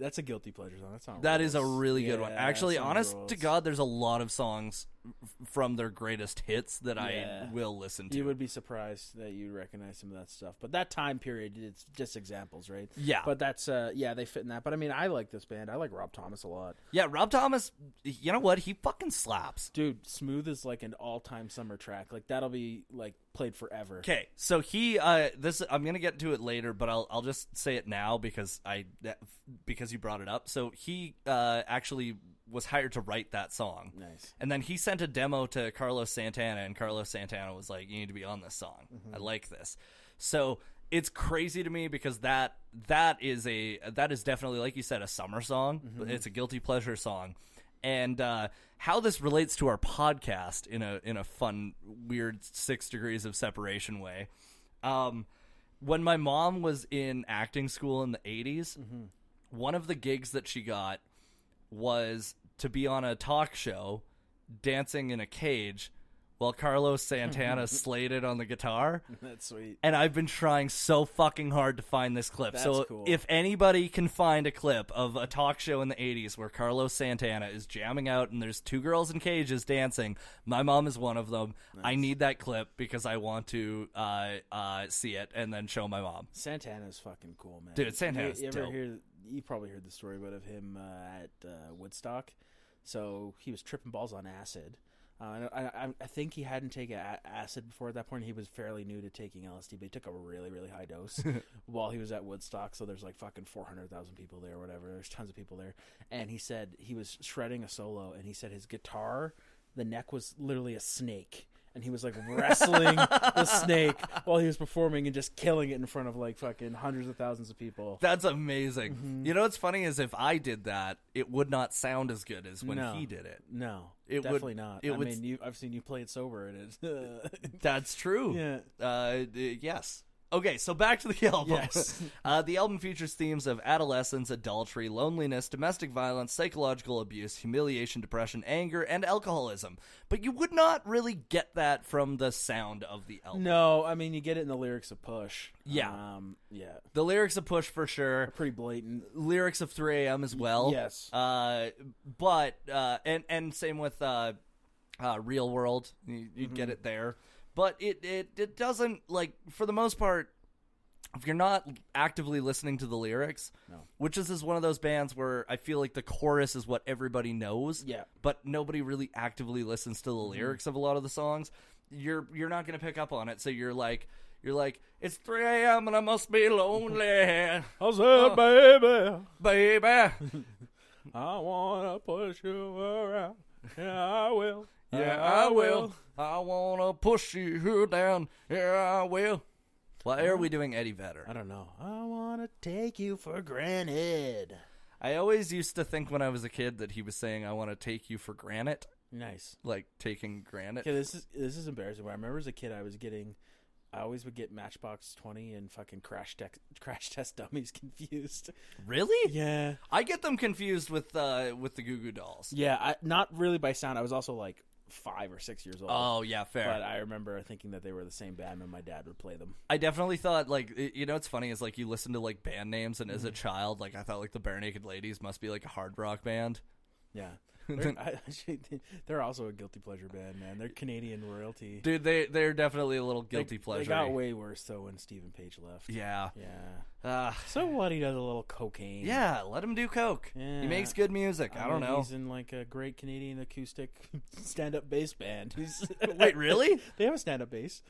that's a guilty pleasure song. That's not
That is a really good one. Actually, honest to God, there's a lot of songs f- from their greatest hits that
Yeah.
I will listen to.
You would be surprised that you recognize some of that stuff, but that time period, it's just examples, right?
Yeah.
But that's uh, yeah, they fit in that. But I mean, I like this band. I like Rob Thomas a lot.
yeah, Rob Thomas, you know what? He fucking slaps.
Dude, Smooth is like an all-time summer track. Like that'll be like played forever.
Okay, so he uh this I'm going to get to it later, but I'll I'll just say it now because I that, because you brought it up. So he uh actually was hired to write that song.
Nice.
And then he sent a demo to Carlos Santana, and Carlos Santana was like, "You need to be on this song. I like this." So it's crazy to me because that that is a that is definitely like you said a summer song. It's a guilty pleasure song, and uh, how this relates to our podcast in a in a fun weird six degrees of separation way. Um, when my mom was in acting school in the 80s one of the gigs that she got was to be on a talk show dancing in a cage while Carlos Santana slayed it on the guitar.
That's sweet.
And I've been trying so fucking hard to find this clip. so
That's cool.
if anybody can find a clip of a talk show in the 80s where Carlos Santana is jamming out and there's two girls in cages dancing, my mom is one of them. I need that clip because I want to uh, uh, see it and then show my mom.
Santana's fucking cool, man.
Dude, Santana's
You, you ever
dope.
hear? You probably heard the story, but of him uh, at uh, Woodstock. So he was tripping balls on acid. Uh, and I, I, I think he hadn't taken a- acid before at that point. He was fairly new to taking LSD, but he took a really, really high dose while he was at Woodstock. So there's like fucking 400,000 people there or whatever. There's tons of people there. And he said he was shredding a solo, and he said his guitar, the neck was literally a snake and he was like wrestling the snake while he was performing and just killing it in front of like fucking hundreds of thousands of people.
That's amazing.
Mm-hmm.
You know what's funny is if I did that, it would not sound as good as when
No.
he did it.
No,
It would-
definitely not.
it
I
would-
mean, you, I've seen you play it sober, and it.
That's true.
Yeah.
Uh, d- yes. Okay, so back to the album.
Yes.
Uh, the album features themes of adolescence, adultery, loneliness, domestic violence, psychological abuse, humiliation, depression, anger, and alcoholism. But you would not really get that from the sound of the album.
no, I mean you get it in the lyrics of Push.
Yeah.
um, yeah,
The lyrics of Push for sure.
pretty blatant.
lyrics of 3 a.m. as well.
yes.
Uh, but uh, and and same with uh, uh, Real World, you, you'd
Mm-hmm.
get it there. But it, it it doesn't like for the most part. If you're not actively listening to the lyrics,
No.
Witches is one of those bands where I feel like the chorus is what everybody knows,
Yeah. Mm-hmm.
But nobody really actively listens to the lyrics of a lot of the songs. You're you're not gonna pick up on it, so you're like you're like it's 3 a.m. and I must be lonely.
How's that, baby?
baby.
I wanna push you around. Yeah, I will.
Yeah, I will. I wanna push you down. Yeah, I will. Why are we doing Eddie Vedder?
I don't know. I wanna take you for granted.
I always used to think when I was a kid that he was saying, "I want to take you for granite,"
Nice.
like taking granite.
Okay, this is this is embarrassing. But I remember as a kid, I was getting I always would get Matchbox Twenty and fucking Crash Tech, Crash Test Dummies confused.
Really?
Yeah,
I get them confused with uh with the Goo Goo Dolls.
yeah. I, not really by sound. I was also like five or six years old.
Oh yeah, fair.
But I remember thinking that they were the same band, and my dad would play them.
I definitely thought like it- you know what's funny is like you listen to like band names and as a child like I thought like the Bare Naked Ladies must be like a hard rock band.
Yeah. They're, I, actually, they're also a guilty pleasure band, man. They're Canadian royalty.
Dude, they they're definitely a little
They-
guilty pleasure. eh?
They got way worse though when Stephen Page left.
yeah.
Yeah.
Uh,
So what? He does a little cocaine.
yeah, let him do coke. He
Yeah.
makes good music. I, don't
mean,
know.
He's in like a great Canadian acoustic stand-up bass band. He's-
Wait, really?
they have a stand-up bass.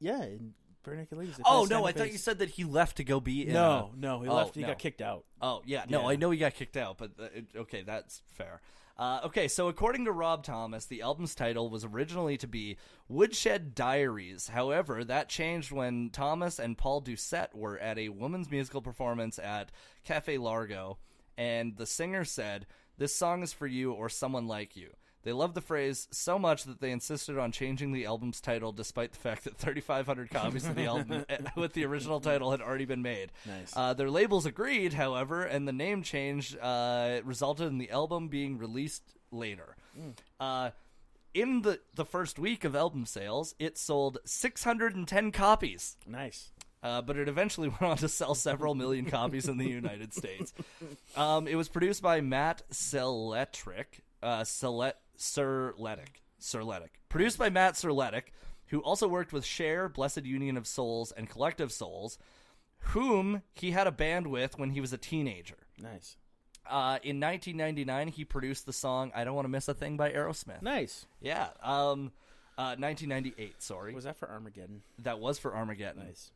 Yeah, in Bare Naked Ladies. they play
Oh no,
stand-up
I thought
bass.
you said that he left to go be in
no, no. He
Oh,
left. He
no.
got kicked out.
a- Oh yeah, no,
Yeah.
I know he got kicked out, but uh, it, okay, that's fair. Uh, okay, so according to Rob Thomas, the album's title was originally to be Woodshed Diaries. However, that changed when Thomas and Paul Doucette were at a women's musical performance at Cafe Largo, and the singer said, "This song is for you or someone like you." They loved the phrase so much that they insisted on changing the album's title, despite the fact that 3,500 copies of the album eh, with the original title had already been made.
Nice.
Uh, their labels agreed, however, and the name change uh, resulted in the album being released later. Uh, in the, the first week of album sales, it sold 610 copies
Nice.
uh, but it eventually went on to sell several million copies in the United States. Um, it was produced by Matt Seletric, uh, Sele- Sirletic, Sirletic. Produced by Matt Sirletic, who also worked with Share, Blessed Union of Souls, and Collective Souls, whom he had a band with when he was a teenager.
Nice.
Uh, in 1999, he produced the song "I Don't Want to Miss a Thing" by Aerosmith.
Nice.
Yeah, um, uh, 1998. Sorry,
Was that for Armageddon?
that was for Armageddon
Nice.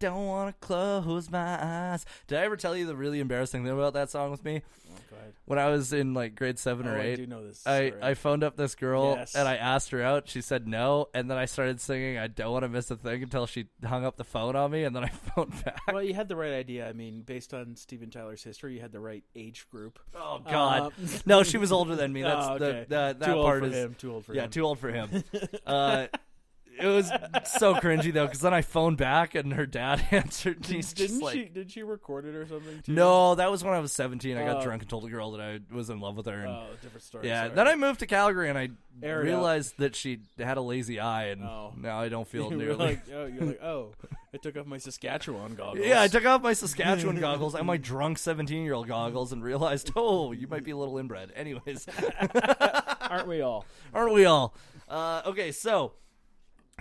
don't want to close my eyes. Did I ever tell you the really embarrassing thing about that song with me?
Oh, go ahead.
When I was in like grade seven or
Oh, I
eight,
do know this.
I,
story.
I phoned up this girl
Yes.
and I asked her out. She said no, and then I started singing "I don't want to miss a thing" until she hung up the phone on me, and then I phoned back.
well, you had the right idea. I mean, based on Steven Tyler's history, you had the right age group.
Oh God,
Um,
no, she was older than me. That's
Oh, okay.
the, the that
too old
part
for
is
him. Too old for
yeah,
him.
too old for him. uh, it was so cringy though, because then I phoned back and her dad answered. And he's
Didn't
just like,
she? Did she record it or something? Too?
No, that was when I was 17. I got
Oh.
drunk and told a girl that I was in love with her. And,
Oh, different story.
yeah.
sorry.
Then I moved to Calgary and I
Air it out.
realized that she had a lazy eye, and
Oh.
now I don't feel
You were
nearly.
like, oh, you're like, oh, I took off my Saskatchewan goggles.
yeah, I took off my Saskatchewan goggles and my drunk 17 year old goggles and realized, oh, you might be a little inbred. Anyways,
aren't we all?
aren't we all? Uh, okay, so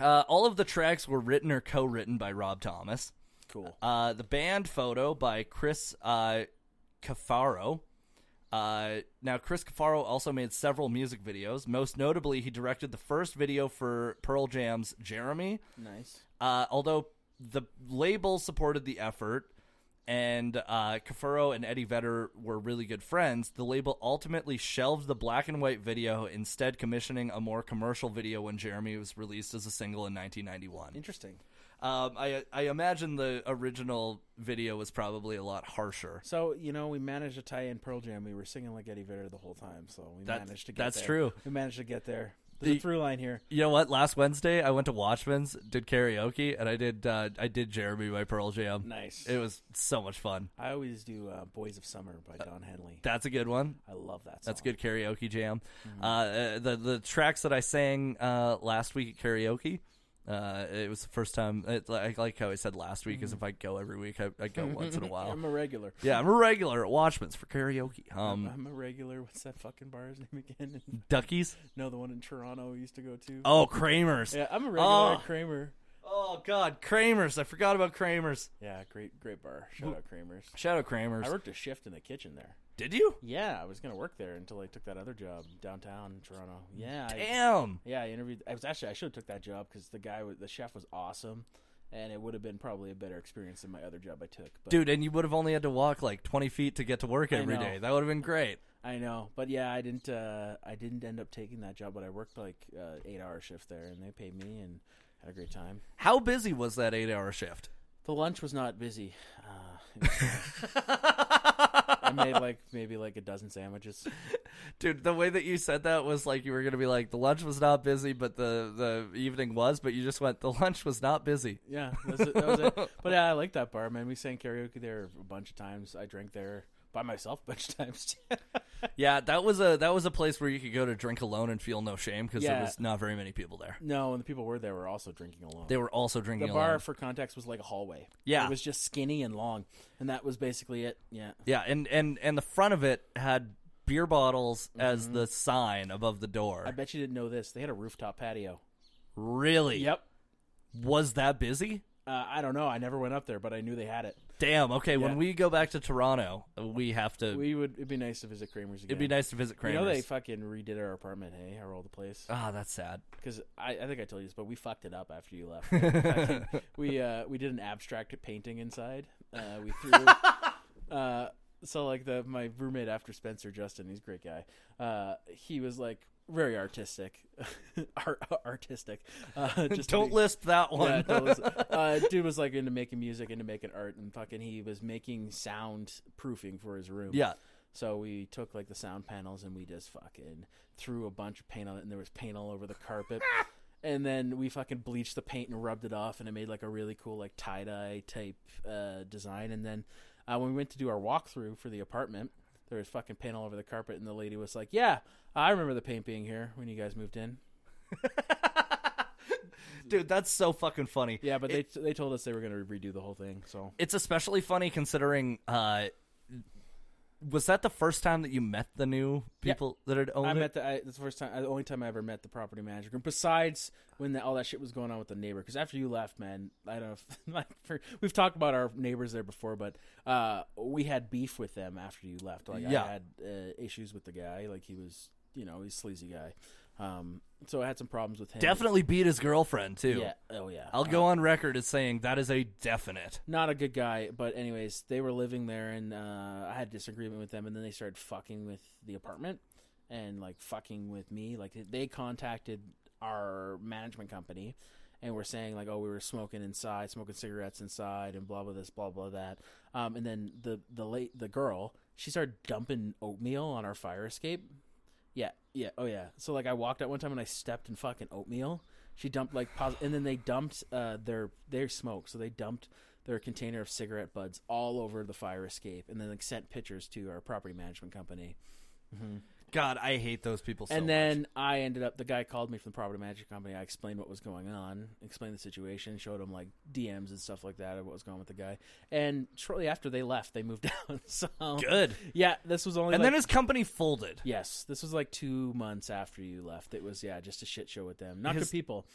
uh, all of the tracks were written or co written by Rob Thomas.
Cool.
Uh, the band photo by Chris uh, Cafaro. Uh, now, Chris Cafaro also made several music videos. Most notably, he directed the first video for Pearl Jam's Jeremy.
Nice.
Uh, although the label supported the effort, and uh, Cafaro and Eddie Vedder were really good friends, the label ultimately shelved the black and white video, instead commissioning a more commercial video when Jeremy was released as a single in 1991.
Interesting.
Um, I I imagine the original video was probably a lot harsher.
So you know, we managed to tie in Pearl Jam. We were singing like Eddie Vedder the whole time, so we
That-
managed to get.
that's
there.
true.
We managed to get there. There's
The-
a through line here.
You know what? Last Wednesday, I went to Watchmen's, did karaoke, and I did uh, I did Jeremy by Pearl Jam.
Nice.
It was so much fun.
I always do uh, "Boys of Summer" by Don Henley.
That's a good one.
I love that. Song.
That's a good karaoke jam.
Mm-hmm.
Uh, Uh, the the tracks that I sang uh, last week at karaoke. Uh, it was the first time. It, I like how I said last week,
Mm-hmm.
because if I go every week, I, I go once in a while.
I'm a regular.
Yeah, I'm a regular at Watchmen's for karaoke. Um,
I'm a regular. What's that fucking bar's name again?
Duckies.
no, the one in Toronto we used to go to.
Oh, Kramer's.
Yeah, I'm a regular
Oh.
at Kramer.
Oh God, Kramer's! I forgot about Kramer's.
Yeah, great, great bar. Shout out Kramer's.
Shout out Kramer's.
I worked a shift in the kitchen there.
Did you?
Yeah, I was gonna work there until I took that other job downtown in Toronto. Yeah, I,
Damn.
yeah. I interviewed. I was actually I should have took that job because the guy, was, the chef, was awesome, and it would have been probably a better experience than my other job I took. But
Dude, and you would have only had to walk like 20 feet to get to work every
know.
day. That would have been great.
I know, but yeah, I didn't. Uh, I didn't end up taking that job, but I worked like uh, eight hour shift there, and they paid me and had a great time.
How busy was that eight hour shift?
The lunch was not busy. Uh, it was- I made like maybe like a dozen sandwiches.
Dude, the way that you said that was like you were gonna be like the lunch was not busy, but the the evening was. But you just went the lunch was not busy.
Yeah, that's it, that was it. But yeah, I like that bar, man. We sang karaoke there a bunch of times. I drank there by myself a bunch of times.
Yeah, that was a that was a place where you could go to drink alone and feel no shame because
Yeah.
there was not very many people there.
no, and the people who were there were also drinking alone.
They were also drinking
the
alone.
bar, for context, was like a hallway.
Yeah.
it was just skinny and long, and that was basically it. Yeah,
Yeah, and and and the front of it had beer bottles as the sign above the door.
Mm-hmm. I bet you didn't know this. They had a rooftop patio.
really?
Yep.
Was that busy?
Uh, I don't know. I never went up there, but I knew they had it.
Damn. Okay,
Yeah.
when we go back to Toronto, we have to.
We would. It'd be nice to visit Kramer's again.
it'd be nice to visit Kramer's.
You know they fucking redid our apartment. Hey, our old place.
Ah, that's sad.
Because I, I think I told you this, but we fucked it up after you left. Fucking- we uh, we did an abstract painting inside. Uh, we threw. uh, so like the my roommate after Spencer Justin, he's a great guy. Uh, he was like very artistic, Art, artistic. Uh, just to
Don't
be-
lisp that one.
yeah, don't listen. uh, dude was like into making music, into making art, and fucking he was making sound proofing for his room.
Yeah.
So we took like the sound panels and we just fucking threw a bunch of paint on it, and there was paint all over the carpet. and then we fucking bleached the paint and rubbed it off, and it made like a really cool like tie dye type uh, design. And then uh, when we went to do our walkthrough for the apartment. There was fucking paint all over the carpet, and the lady was like, "Yeah, I remember the paint being here when you guys moved in."
Dude, that's so fucking funny.
Yeah, but they they told us they were going to redo the whole thing. So
It's especially funny considering. uh was that the first time that you met the new
Yeah.
people that had owned
I
it?
met the I, that's the first time, the only time I ever met the property manager group. Besides when the, all that shit was going on with the neighbor, because after you left, man, I don't know. If, like, for, we've talked about our neighbors there before, but uh, we had beef with them after you left. Like,
Yeah.
I had uh, issues with the guy. Like, he was, you know, he's a sleazy guy. Um, so I had some problems with him.
Definitely beat his girlfriend too.
Yeah. Oh yeah.
I'll go on record as saying that is a definite.
not a good guy, but anyways, they were living there, and uh, I had disagreement with them, and then they started fucking with the apartment and like fucking with me. Like they contacted our management company and were saying like, oh, we were smoking inside, smoking cigarettes inside, and blah blah this, blah blah that. Um, and then the the late the girl, she started dumping oatmeal on our fire escape. Yeah, yeah, oh yeah. So like I walked out one time and I stepped in fucking oatmeal. She dumped like pos- and then they dumped uh their their smoke. So they dumped their container of cigarette buds all over the fire escape and then like sent pictures to our property management company.
God, I hate those people so
and
much.
then I ended up the guy called me from the property management company. I explained what was going on, explained the situation, showed him like DMs and stuff like that of what was going on with the guy. And shortly after they left, they moved out. so
good.
Yeah, this was only
And
like-
then his company folded.
Yes, this was like two months after you left. It was yeah, just a shit show with them. Not
Because-
good people.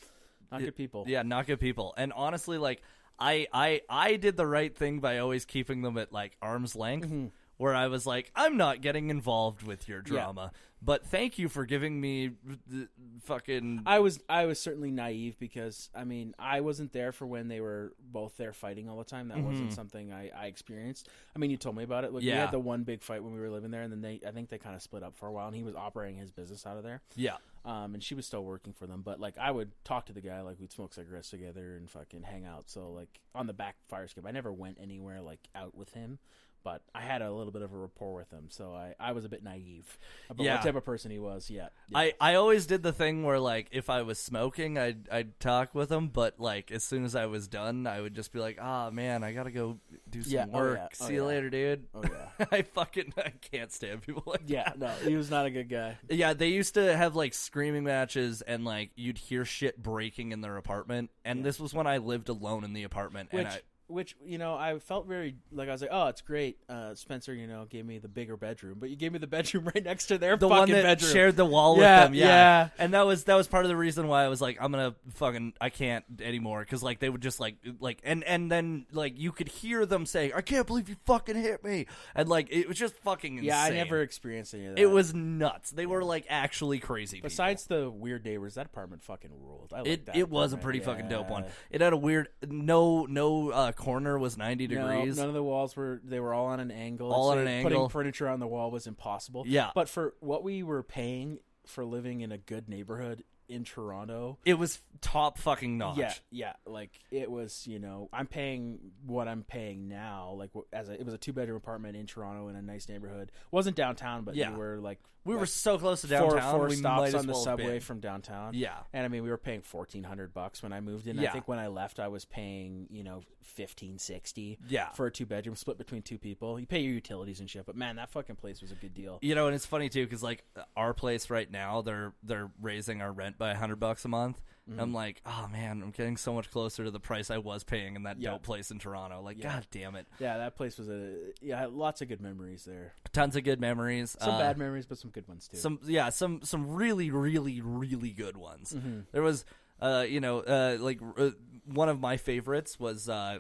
Not good people.
Yeah, not good people. And honestly, like I, I, I did the right thing by always keeping them at like arm's length.
Mm-hmm.
Where I was like, I'm not getting involved with your drama, but thank you for giving me the fucking.
I was I was certainly naive because I mean I wasn't there for when they were both there fighting all the time. That wasn't something I, I experienced. I mean, you told me about it. Like, we
Mm-hmm. Yeah.
had the one big fight when we were living there, and then they I think they kind of split up for a while. And he was operating his business out of there,
yeah,
um, and she was still working for them. But like I would talk to the guy, like we'd smoke cigarettes together and fucking hang out. So like on the back fire escape, I never went anywhere like out with him. But I had a little bit of a rapport with him, so I, I was a bit naive about
Yeah.
what type of person he was. Yeah, yeah.
I, I always did the thing where like if I was smoking, I'd I'd talk with them, but like as soon as I was done, I would just be like, ah man, I gotta go do some
Yeah, oh,
work.
yeah, oh,
See you
yeah.
later, dude.
oh yeah.
I fucking I can't stand people like
Yeah,
that.
no, he was not a good guy.
Yeah, they used to have like screaming matches and like you'd hear shit breaking in their apartment. And this was when I lived alone in the apartment
Which,
and I
which you know, I felt very like I was like, oh, it's great. Uh, Spencer, you know, gave me the bigger bedroom, but you gave me the bedroom right next to their
the
fucking
one that
bedroom.
shared the wall
Yeah,
with them, yeah.
yeah.
and that was that was part of the reason why I was like, I'm gonna fucking, I can't anymore, because like they would just like like and and then like you could hear them saying, I can't believe you fucking hit me, and like it was just fucking insane.
yeah, I never experienced any of that.
It was nuts. They were like actually crazy. people.
besides the weird neighbors. That apartment fucking ruled. I liked
It
that.
it was a
apartment.
pretty fucking dope one.
Yeah.
It had a weird no no uh, corner was ninety
No,
degrees.
none of the walls were. They were all on an angle.
All on
so
an angle.
Putting furniture on the wall was impossible.
Yeah.
but for what we were paying for living in a good neighborhood, in Toronto.
It was top fucking notch.
Yeah, yeah. Like it was, you know, I'm paying what I'm paying now. Like wh- as a, it was a two bedroom apartment in Toronto in a nice neighborhood. wasn't downtown, but
Yeah.
we were like
We
like,
were so close to downtown.
Four, four
we might
stops
as
on the
well have
subway
been.
from downtown.
Yeah.
and I mean we were paying fourteen hundred bucks when I moved in.
Yeah.
I think when I left, I was paying you know fifteen sixty.
Yeah.
for a two bedroom split between two people. You pay your utilities and shit, but man, that fucking place was a good deal.
You know, and it's funny too because like our place right now, they're they're raising our rent by hundred bucks a month. And
Mm-hmm.
I'm like, oh man, I'm getting so much closer to the price I was paying in that
Yeah.
dope place in Toronto. Like, god damn it,
Yeah, that place was a yeah, lots of good memories there.
tons of good memories.
Some
Uh,
bad memories, but some good ones too.
some yeah some some really really really good ones
Mm-hmm.
there was uh you know uh like uh, one of my favorites was uh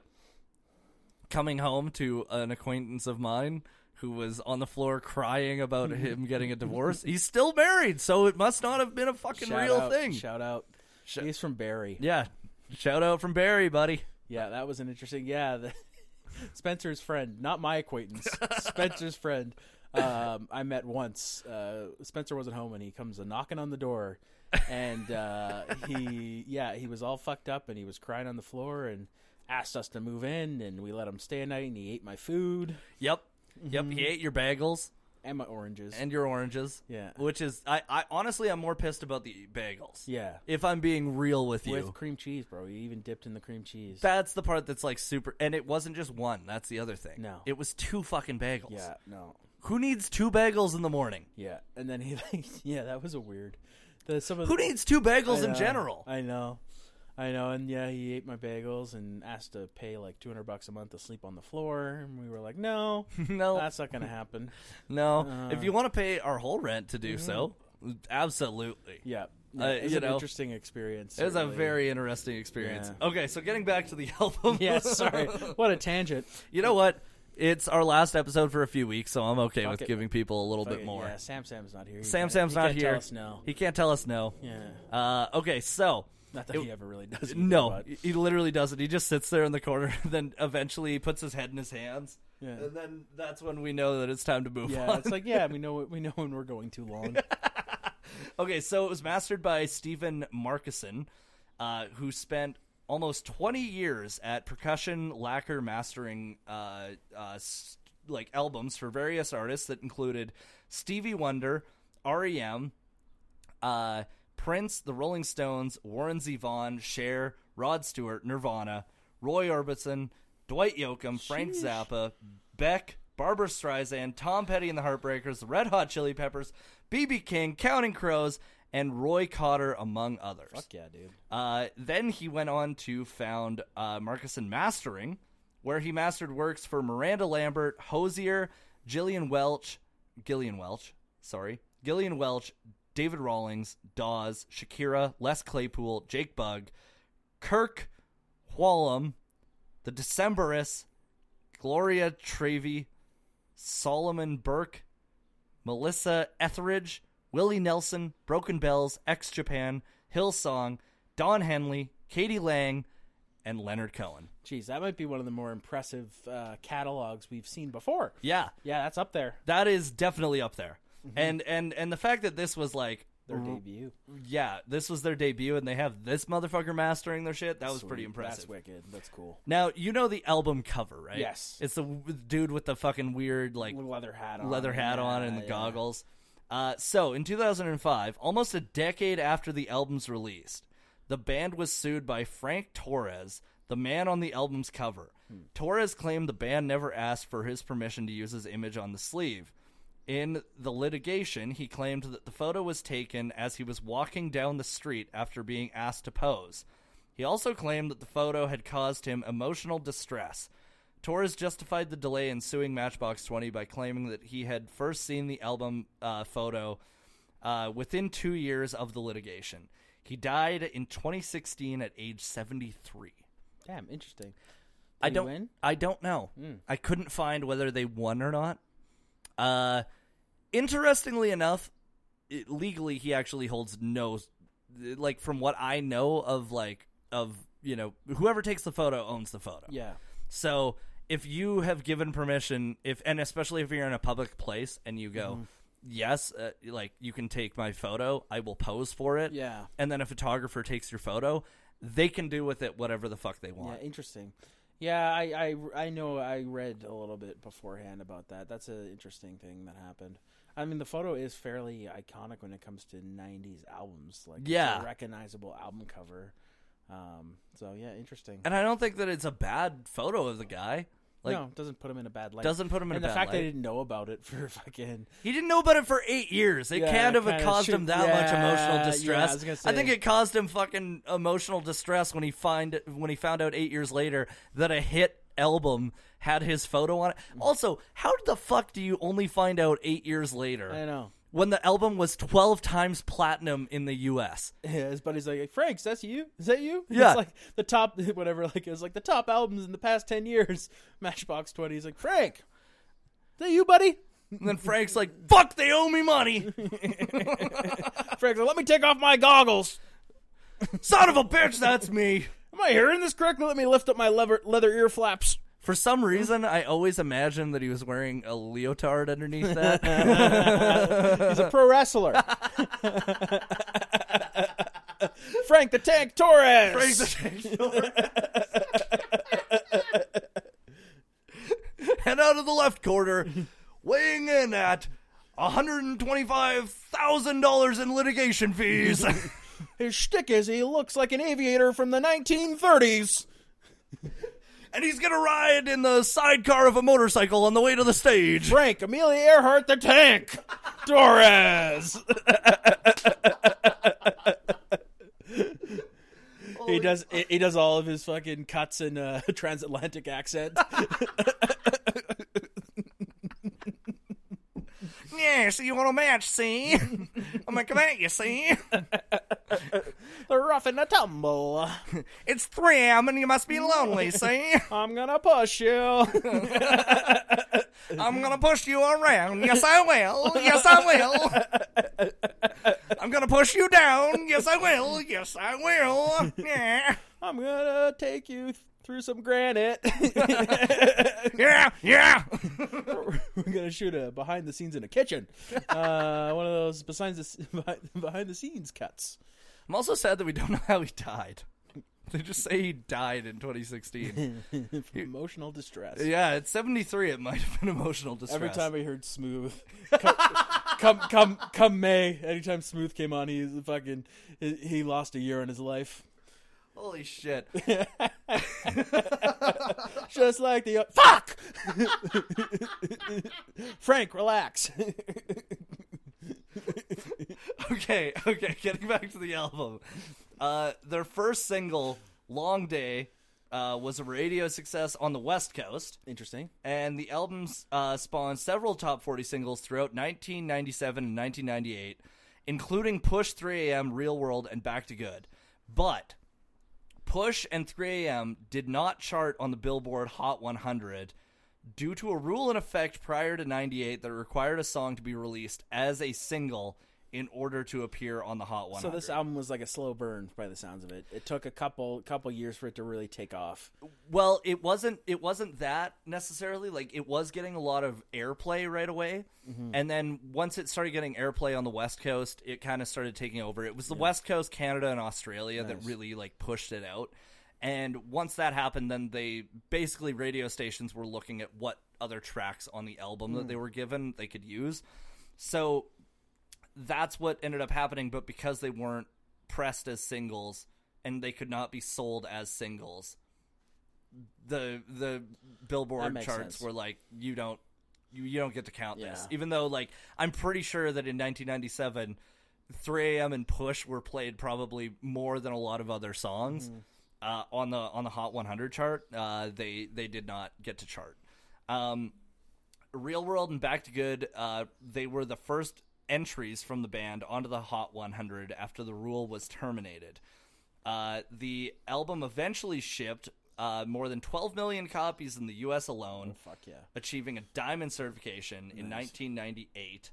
coming home to an acquaintance of mine who was on the floor crying about him getting a divorce he's still married so it must not have been a fucking
Shout
real
out-
thing
Shout out. He's from Barry.
yeah shout out from barry buddy
Yeah, that was an interesting. Yeah, the, Spencer's friend, not my acquaintance. Spencer's friend, um, I met once. Uh, Spencer wasn't home, and he comes a knocking on the door, and uh, he, yeah, he was all fucked up, and he was crying on the floor, and asked us to move in, and we let him stay a night, and he ate my food
yep yep
Mm-hmm.
he ate your bagels
and my oranges.
and your oranges
Yeah.
which is i i honestly i'm more pissed about the bagels
yeah,
if i'm being real with you
with cream cheese, bro. He even dipped in the cream cheese.
That's the part that's like super, and it wasn't just one. That's the other thing.
No.
it was two fucking bagels.
yeah, no,
Who needs two bagels in the morning?
yeah, and then he, like, yeah, that was a weird. The, some of
Who
the,
needs two bagels
I
in
know,
general?
I know. I know, and yeah, he ate my bagels and asked to pay like two hundred bucks a month to sleep on the floor, and we were like, "No,
No.
that's not gonna happen."
no,
Uh.
if you want to pay our whole rent to do so, absolutely.
Mm-hmm. Yeah,
Uh,
it was
you
an
know,
interesting experience.
It was a
certainly.
very interesting experience.
Yeah.
Okay, so getting back to the album.
yeah. Sorry, what a tangent.
you know what? It's our last episode for a few weeks, so I'm okay
Fuck
with
it.
giving people a little
Fuck
bit
it,
more.
Yeah, Sam Sam's not here. He
Sam
can't-
Sam's
he
not
can't
here.
Tell us no.
He can't tell us no.
Yeah,
Uh, okay, so
not that
It-
he ever really does. either,
No,
but-
he- he literally doesn't. He just sits there in the corner, and then eventually he puts his head in his hands,
Yeah.
and then that's when we know that it's time to move
yeah,
on.
it's like yeah, we know we know when we're going too long.
okay, so it was mastered by Stephen Markison, uh, who spent almost 20 years at percussion lacquer mastering uh, uh, s like albums for various artists that included Stevie Wonder, E REM, uh, Prince, The Rolling Stones, Warren Zevon, Cher, Rod Stewart, Nirvana, Roy Orbison, Dwight Yoakam, Frank Zappa, Beck, Barbara Streisand, Tom Petty and the Heartbreakers, the Red Hot Chili Peppers, BB King, Counting Crows, and Roy Cotter, among others.
Fuck yeah, dude.
Uh, then he went on to found uh, Marcuson Mastering, where he mastered works for Miranda Lambert, Hosier, Gillian Welch, Gillian Welch, sorry, Gillian Welch, David Rawlings, Dawes, Shakira, Les Claypool, Jake Bug, Kirk Whalum, The Decemberists, Gloria Trevi, Solomon Burke, Melissa Etheridge, Willie Nelson, Broken Bells, X Japan, Hillsong, Don Henley, Katie Lang, and Leonard Cohen.
Jeez, that might be one of the more impressive uh, catalogs we've seen before.
Yeah,
Yeah, that's up there.
that is definitely up there.
Mm-hmm.
And and and the fact that this was like
Their
r-
debut.
yeah, this was their debut and they have this motherfucker mastering their shit. That was pretty
Sweet.
impressive.
That's wicked. That's cool.
Now, you know the album cover, right?
Yes.
It's the w- dude with the fucking weird like
With leather hat on.
leather hat on and the
Yeah, yeah.
goggles. Uh, so in 2005, almost a decade after the album's release, the band was sued by Frank Torres, the man on the album's cover.
Hmm.
Torres claimed the band never asked for his permission to use his image on the sleeve. In the litigation, he claimed that the photo was taken as he was walking down the street after being asked to pose. He also claimed that the photo had caused him emotional distress. Torres justified the delay in suing Matchbox 20 by claiming that he had first seen the album uh, photo uh, within two years of the litigation. He died in 2016 at age 73.
Damn, interesting.
I
Did he
don't.
win? Hmm.
I don't know. I couldn't find whether they won or not. Uh, interestingly enough, it, legally he actually holds no, like from what I know of, like of you know whoever takes the photo owns the photo.
Yeah.
So
Mm-hmm.
if you have given permission, if and especially if you're in a public place and you go, yes, uh, like you can take my photo, I will pose for it.
Yeah.
And then a photographer takes your photo, they can do with it whatever the fuck they
Yeah,
want.
interesting. Yeah, I, I, I know I read a little bit beforehand about that. That's an interesting thing that happened. I mean, the photo is fairly iconic when it comes to '90s albums. Like, it's a
Yeah.
recognizable album cover. Um, so yeah, interesting.
And I don't think that it's a bad photo of the guy. Like
no, doesn't put him in a bad light.
doesn't put him in
and
a
the
bad
fact
light.
they didn't know about it for fucking
He didn't know about it for eight years. It
Yeah,
can't have
kinda
caused him
should-
that much
yeah, yeah, I
emotional
was
distress.
gonna
I think
say.
it caused him fucking emotional distress when he find when he found out eight years later that a hit album had his photo on it. Also, how the fuck do you only find out eight years later?
I know.
When the album was twelve times platinum in the U.S.
Yeah, his buddy's like, Franks, that's you? Is that you?
Yeah.
It's like the top, whatever, like, it was like the top albums in the past 10 years. Matchbox 20 is like, Frank, is that you, buddy?
And then Frank's like, "Fuck, they owe me money,
Frank's like, let me take off my goggles.
son of a bitch, that's me."
Am I hearing this correctly? Let me lift up my leather, leather ear flaps.
For some reason, I always imagined that he was wearing a leotard underneath that.
He's a pro wrestler. Frank the Tank Torres.
and out of the left corner, weighing in at $125,000 in litigation fees.
His shtick is he looks like an aviator from the 1930s.
and he's going to ride in the sidecar of a motorcycle on the way to the stage.
Frank, Amelia Earhart the Tank, Torres. he does. He he does all of his fucking cuts in uh, transatlantic accent.
Yeah, so you want a match, see? I'm going to come at you, see?
the rough and the tumble.
It's 3 a.m. and you must be lonely, see?
I'm gonna push you.
I'm gonna push you around. Yes, I will. Yes, I will. I'm gonna push you down. Yes, I will. Yes, I will. Yeah,
I'm gonna take you th- through some granite.
yeah, yeah.
We're gonna shoot a behind the scenes in a kitchen. Uh, one of those behind the s- behind- behind the scenes cuts.
I'm also sad that we don't know how he died. They just say he died in 2016.
Emotional distress.
yeah, at 73, it might have been emotional distress.
Every time I heard Smooth, come, come, come, come May. Anytime Smooth came on, he was fucking he, he lost a year in his life,
Holy shit.
just like the fuck. Frank, relax.
okay, okay. Getting back to the album, uh, their first single, "Long Day," uh, was a radio success on the West Coast.
Interesting.
and the album uh, spawned several top 40 singles throughout 1997 and 1998, including Push 3 AM, Real World, and Back to Good. But Push and 3 AM did not chart on the Billboard Hot 100 due to a rule in effect prior to 98 that required a song to be released as a single in order to appear on the Hot 100.
So this album was like a slow burn, by the sounds of it. It took a couple couple years for it to really take off.
Well, it wasn't it wasn't that necessarily. Like it was getting a lot of airplay right away, and then once it started getting airplay on the West Coast, it kind of started taking over. It was the West Coast, Canada, and Australia that really like pushed it out. And once that happened, then they basically radio stations were looking at what other tracks on the album that they were given they could use. So that's what ended up happening. But because they weren't pressed as singles and they could not be sold as singles, the the
That
Billboard
makes
charts
sense.
were like, you don't you, you don't get to count this.
Yeah.
Even though like I'm pretty sure that in 1997, 3 a.m. and Push were played probably more than a lot of other songs.
Mm.
Uh, on the on the Hot 100 chart, uh, they they did not get to chart. Um, Real World and Back to Good, uh, they were the first entries from the band onto the Hot 100 after the rule was terminated. Uh, the album eventually shipped uh, more than 12 million copies in the U.S. alone,
Fuck yeah.
achieving a diamond certification in 1998.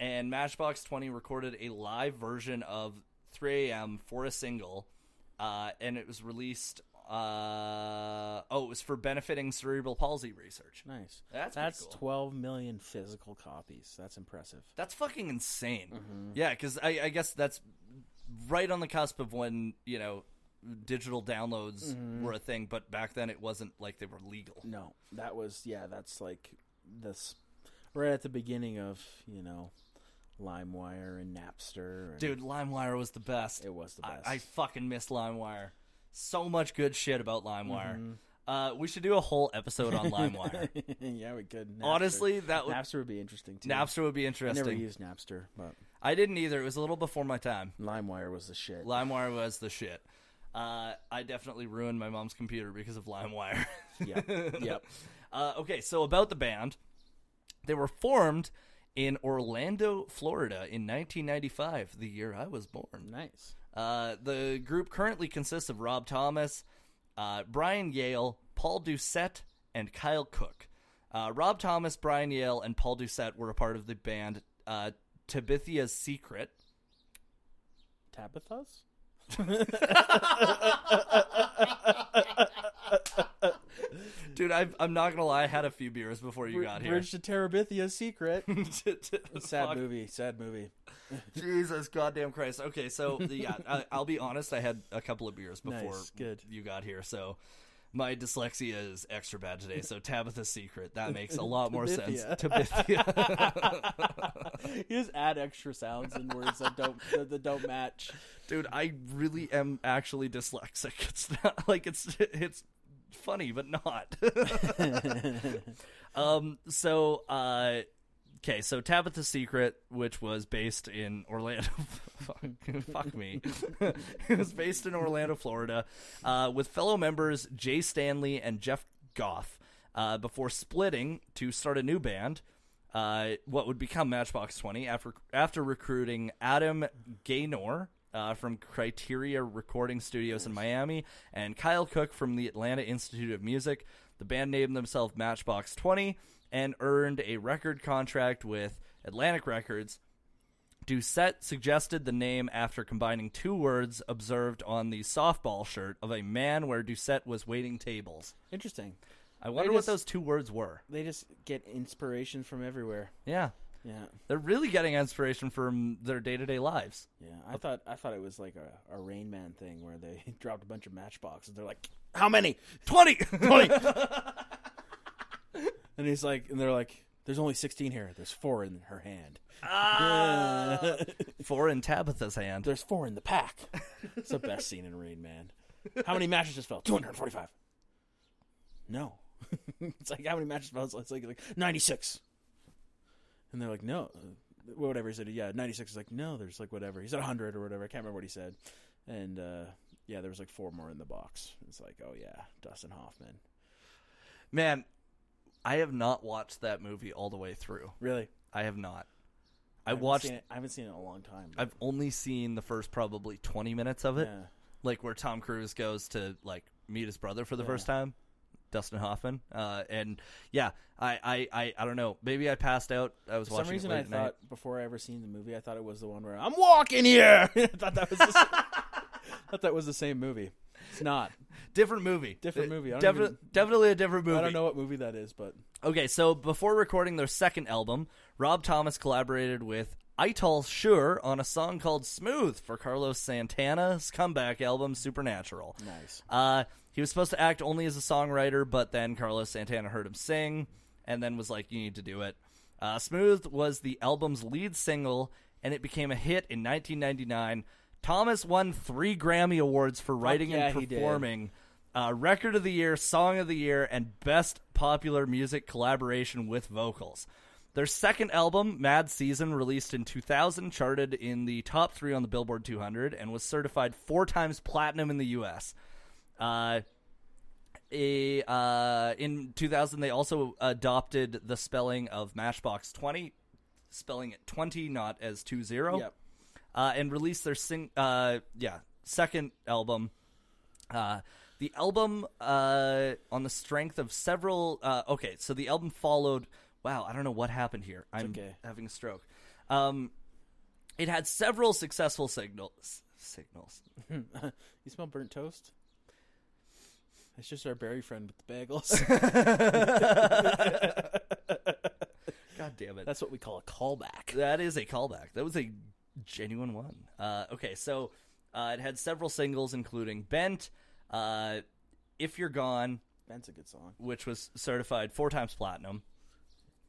And Matchbox 20 recorded a live version of 3 a.m. for a single, uh, and it was released Uh, oh, it was for benefiting cerebral palsy research.
Nice.
That's pretty
that's
cool.
12 million physical copies. That's impressive.
That's fucking insane.
Mm-hmm.
Yeah, because I, I guess that's right on the cusp of when you know digital downloads
Mm-hmm.
were a thing, but back then it wasn't like they were legal.
No, that was yeah. That's like this right at the beginning of you know LimeWire and Napster. And
Dude, LimeWire was the best.
it was the
I,
best.
I fucking miss LimeWire. So much good shit about LimeWire.
Mm-hmm.
Uh, we should do a whole episode on LimeWire.
yeah, we could. Napster.
Honestly, that would
Napster would be interesting too.
Napster would be
I
interesting.
never used Napster, but
I didn't either. It was a little before my time.
LimeWire was the shit.
LimeWire was the shit. Uh, I definitely ruined my mom's computer because of LimeWire.
yeah, yep.
Uh, okay, so about the band, they were formed in Orlando, Florida, in 1995, the year I was born.
Nice.
Uh, the group currently consists of Rob Thomas, uh, Brian Yale, Paul Doucette, and Kyle Cook. Uh, Rob Thomas, Brian Yale, and Paul Doucette were a part of the band uh, Tabithia's Secret.
Tabitha's.
Dude, I've, I'm not gonna lie, I had a few beers before you got here.
Bridge to Terabithia's secret. Sad
Fuck.
movie. Sad movie.
Jesus goddamn Christ. Okay, so the- yeah, I, I'll be honest. I had a couple of beers before
Nice, good.
you got here, so my dyslexia is extra bad today. So Tabitha's secret that makes a lot more sense. Tabithia.
you just add extra sounds and words that don't that, that don't match.
Dude, I really am actually dyslexic. It's not like it's it's funny, but not. um. So, uh, okay. So Tabitha's Secret, which was based in Orlando, fuck, fuck me, it was based in Orlando, Florida, uh, with fellow members Jay Stanley and Jeff Goff, uh, before splitting to start a new band. Uh, what would become Matchbox Twenty after after recruiting Adam Gaynor uh, from Criteria Recording Studios in Miami and Kyle Cook from the Atlanta Institute of Music. The band named themselves Matchbox 20 and earned a record contract with Atlantic Records. Doucette suggested the name after combining two words observed on the softball shirt of a man where Doucette was waiting tables.
Interesting.
I wonder
just-
what those two words were.
They just get inspiration from everywhere.
Yeah.
Yeah,
They're really getting inspiration from their day to day lives.
yeah. I thought I thought it was like a, a Rain Man thing where they dropped a bunch of matchboxes. They're like, "How many?"
20! 20!
And he's like, and they're like, "There's only 16 here. There's four in her hand.
Four in Tabitha's hand.
There's four in the pack." It's the best scene in Rain Man. How many matches just fell? 245. No. it's like how many matches fell? It's like, like 96. And they're like, "No." uh, Whatever he said, yeah, 96 is like, no, there's like whatever. He said 100 or whatever. I can't remember what he said. And uh, yeah, there was like four more in the box. It's like, oh yeah, Dustin Hoffman.
Man, I have not watched that movie all the way through.
Really?
I have not. I,
haven't
watched.
seen it. I haven't seen it in a long time. but-
I've only seen the first probably twenty minutes of it,
yeah.
like where Tom Cruise goes to like meet his brother for the first time, Dustin Hoffman. Uh, and yeah, I, I, I, I don't know. Maybe I passed out. I was
For
watching.
some reason,
it late
I
at night.
thought before I ever seen the movie, I thought it was the one where I'm walking here. I thought that was the, s- thought that was the same movie. It's not.
different movie,
Different
Uh,
movie. I don't
defi-
even-
definitely a different movie.
I don't know what movie that is, but
Okay, so before recording their second album, Rob Thomas collaborated with Ital Sure on a song called Smooth for Carlos Santana's comeback album Supernatural.
Nice.
Uh, he was supposed to act only as a songwriter, but then Carlos Santana heard him sing and then was like, You need to do it. Uh, Smooth was the album's lead single, and it became a hit in 1999. Thomas won three Grammy Awards for writing and
yeah, he did.
performing performing, uh, record of the year, song of the year, and best popular music collaboration with vocals. Their second album, Mad Season, released in 2000, charted in the top three on the Billboard 200 and was certified four times platinum in the U.S. Uh, a, uh, in 2000, they also adopted the spelling of Matchbox 20, spelling it 20, not as 2 0
yep.
uh, and released their sing uh yeah second album uh the album uh on the strength of several uh okay so the album followed wow i don't know what happened here i'm
okay.
having a stroke um it had several successful signals signals
You smell burnt toast? It's just our berry friend with the bagels.
God damn it.
That's what we call a callback.
That is a callback. That was a genuine one. Uh, okay, so uh, it had several singles, including Bent, uh, If You're Gone,
That's a good song.
which was certified four times platinum.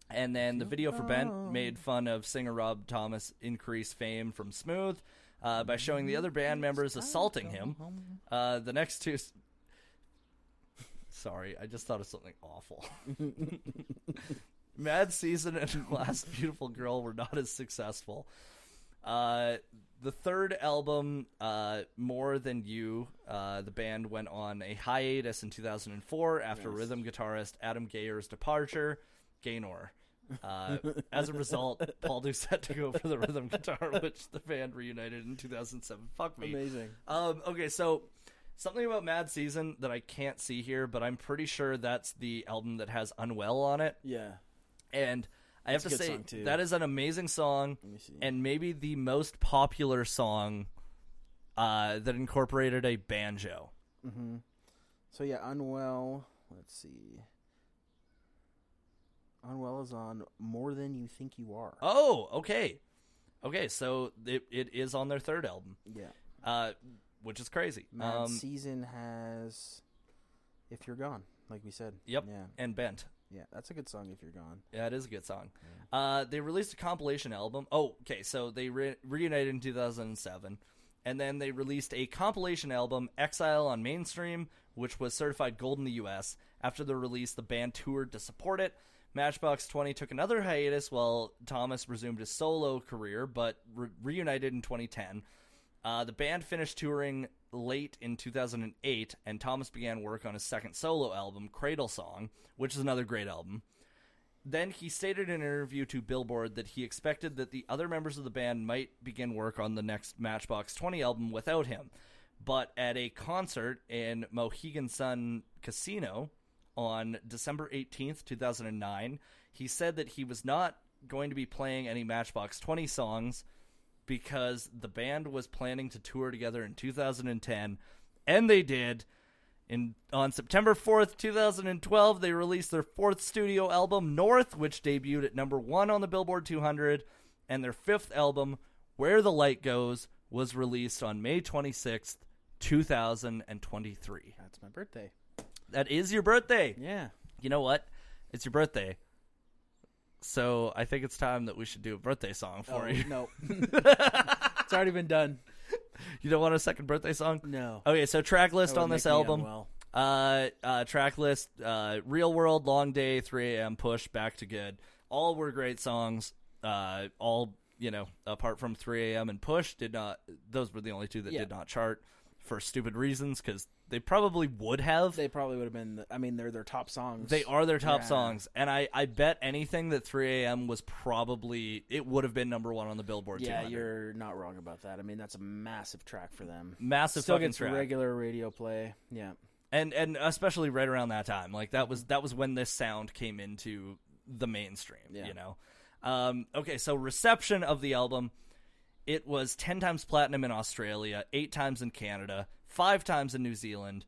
And then the video for Bent made fun of singer Rob Thomas' increased fame from Smooth uh, by showing the other band members assaulting him. Uh, the next two. s- Sorry, I just thought of something awful. Mad Season and Last Beautiful Girl were not as successful. Uh, the third album, uh, More Than You, uh, the band went on a hiatus in 2004 after rhythm guitarist Adam Gayer's departure. Gaynor. Uh, as a result, Paul Doucette took over the rhythm guitar, which the band reunited in 2007. Fuck me.
Amazing.
Um, okay, so something about Mad Season that I can't see here, but I'm pretty sure that's the album that has Unwell on it.
Yeah.
And I have
That's a
to
good
say,
song, too.
that is an amazing song
Let me see.
and maybe the most popular song uh, that incorporated a banjo.
So yeah, Unwell. Let's see. Unwell is on More Than You Think You Are.
Oh, okay. Okay, so it, it is on their third album,
Yeah.
uh, which is crazy.
Mad
Um,
Season has If You're Gone, like we said.
yep,
Yeah.
and Bent.
Yeah. That's a good song, If You're Gone.
Yeah, it is a good song. Uh, they released a compilation album. Oh, okay. So they re- reunited in 2007, and then they released a compilation album, Exile on Mainstream, which was certified gold in the U.S. After the release, the band toured to support it. Matchbox 20 took another hiatus while Thomas resumed his solo career, but re- reunited in 2010. Uh, the band finished touring late in 2008, and Thomas began work on his second solo album, Cradle Song, which is another great album. Then he stated in an interview to Billboard that he expected that the other members of the band might begin work on the next Matchbox 20 album without him. But at a concert in Mohegan Sun Casino on December 18th, 2009, he said that he was not going to be playing any Matchbox 20 songs because the band was planning to tour together in 2010 and they did in on September 4th, 2012, they released their fourth studio album North, which debuted at number 1 on the Billboard 200, and their fifth album Where the Light Goes was released on May 26th, 2023.
That's my birthday.
That is your birthday.
Yeah.
You know what? It's your birthday. So, I think it's time that we should do a birthday song for you.
Oh, no. it's already been done. Oh,
You don't want a second birthday song?
No.
Okay, so track list
That would
on this
make me
album.
unwell.
Uh, uh, track list, uh, Real World, Long Day, 3 a.m., Push, Back to Good. All were great songs. Uh, all, you know, apart from 3 a.m. and Push, did not, those were the only two that
Yeah.
did not chart for stupid reasons because they probably would have. They,
They probably would have been. The, I mean, they're their top songs.
are their top
Yeah.
songs. And I, I bet anything that 3 a.m. was probably, it would have been number one on the Billboard
Yeah,
200.
you're not wrong about that. I mean, that's a massive track for them.
Massive
Still
fucking
gets
track.
regular radio play. Yeah.
and and especially right around that time like that was that was when this sound came into the mainstream
Yeah.
you know um, okay so reception of the album it was 10 times platinum in australia 8 times in canada 5 times in new zealand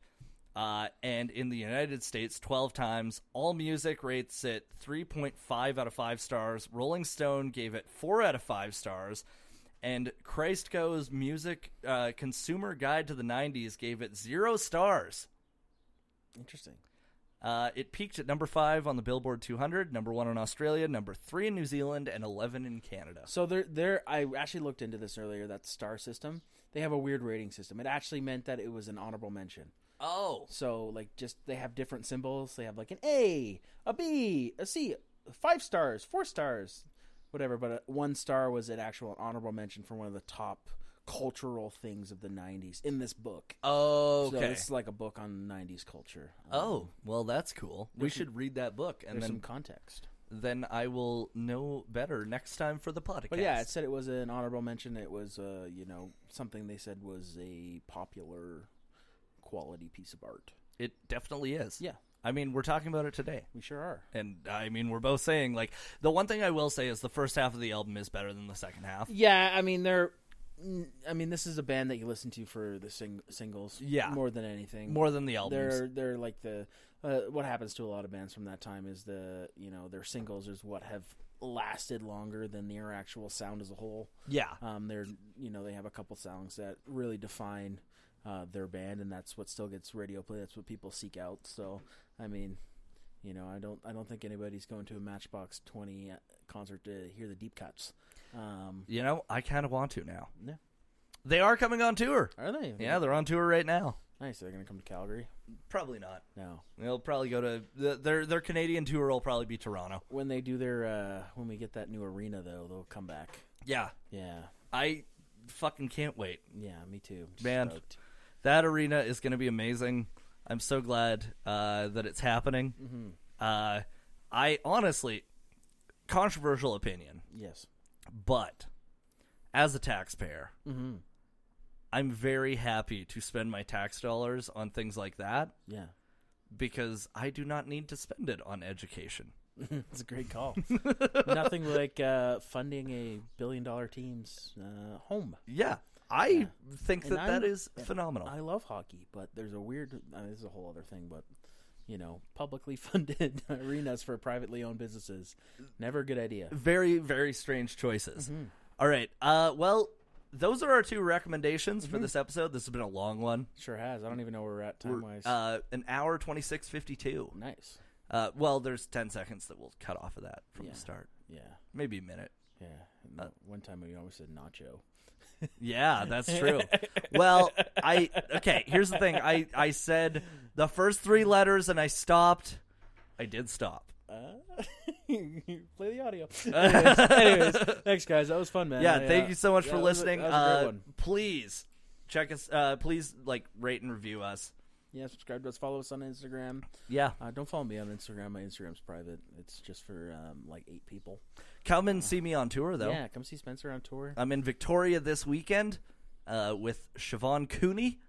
uh, and in the united states 12 times all music rates it 3.5 out of 5 stars rolling stone gave it 4 out of 5 stars and Christco's Music uh, Consumer Guide to the 90s gave it zero stars.
Interesting.
Uh, it peaked at number five on the Billboard 200, number one in Australia, number three in New Zealand, and 11 in Canada.
So they're, they're I actually looked into this earlier. That star system. They have a weird rating system. It actually meant that it was an honorable mention.
Oh,
So like, just they have different symbols. They have like an A, a B, a C, five stars, four stars, whatever. But uh, one star was an actual honorable mention for one of the top cultural things of the '90s in this book. So
okay.
it's like a book on '90s culture. Um,
oh, well, that's cool. We should read that book, and
there's
then
some context.
then I will know better next time for the podcast.
But yeah, it said it was an honorable mention. It was, uh, you know, something they said was a popular quality piece of art.
it definitely is.
Yeah,
I mean, we're talking about it today.
we sure are.
And I mean, we're both saying like the one thing I will say is the first half of the album is better than the second half.
Yeah, I mean they're I mean, this is a band that you listen to for the sing- singles,
Yeah.
more than anything.
more than the albums.
they're they're like the uh, what happens to a lot of bands from that time is the you know their singles is what have lasted longer than their actual sound as a whole.
yeah,
Um, they're you know they have a couple songs that really define uh, their band, and that's what still gets radio play. That's what people seek out. So I mean, you know, I don't I don't think anybody's going to a Matchbox Twenty uh, concert to hear the deep cuts. Um,
you know, I kind of want to now.
Yeah.
They are coming on tour.
are they?
Yeah, they're on tour right now.
nice. They're gonna come to Calgary.
Probably not.
No,
They'll probably go to the- their their Canadian tour. Will probably be Toronto.
when they do their uh, when we get that new arena though, they'll come back.
Yeah,
Yeah,
I fucking can't wait.
yeah, me too. Just
Man.
stoked.
That arena is going to be amazing. I'm so glad uh, that it's happening. Uh, I honestly, controversial opinion,
Yes.
but as a taxpayer, I'm very happy to spend my tax dollars on things like that
Yeah.
because I do not need to spend it on education.
It's a great call. Nothing like uh, funding a billion dollar team's uh, home.
Yeah, I think
And
that that
I'm-
is phenomenal.
I love hockey, but there's a weird. Uh, this is a whole other thing, but you know, publicly funded arenas for privately owned businesses, never a good idea.
very very strange choices
Mm-hmm.
All right uh well those are our two recommendations
Mm-hmm.
for this episode this has been a long one
Sure has. I don't even know where we're at time
We're,
wise.
uh an hour 2652
nice.
uh well there's 10 seconds that we'll cut off of that from
Yeah.
the start
Yeah.
maybe a minute
Yeah. One time we always said nacho.
yeah that's true well i okay here's the thing i i said the first three letters and i stopped i did stop
Uh, play the audio. anyways, anyways, thanks guys. That was fun, man.
yeah
I,
thank
uh,
you so much
yeah,
for
that was a-
listening
that was a great
uh
one.
please check us uh please like rate and review us
Yeah, subscribe to us. Follow us on Instagram.
yeah
Uh, don't follow me on Instagram. My Instagram's private. It's just for um, like eight people.
Come and see me on tour, though.
Yeah, come see Spencer on tour.
I'm in Victoria this weekend uh, with Siobhan Cooney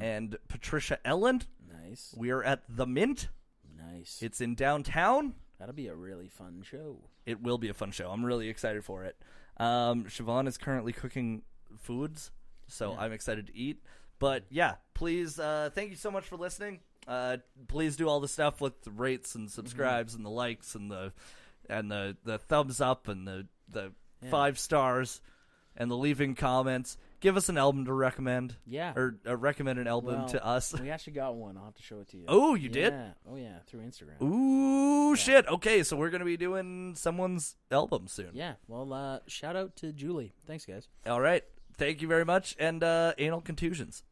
and Patricia Ellen.
Nice,
We are at the Mint.
nice.
It's in downtown.
That'll be a really fun show.
It will be a fun show. I'm really excited for it. Um, Siobhan is currently cooking foods, so I'm excited to eat. But yeah, please, uh, thank you so much for listening. Uh, please do all the stuff with the rates
Mm-hmm.
and subscribes and the likes and the and the, the thumbs up and the the five stars and the leaving comments. Give us an album to recommend.
Yeah.
or uh, recommend an album
Well,
to us.
we actually got one. I'll have to show it to you.
Oh, you did?
Yeah. Oh yeah, through Instagram.
Ooh, shit. Okay, so we're gonna be doing someone's album soon.
Yeah. Well, uh, shout out to Julie. Thanks, guys.
All right. Thank you very much. And uh, anal contusions.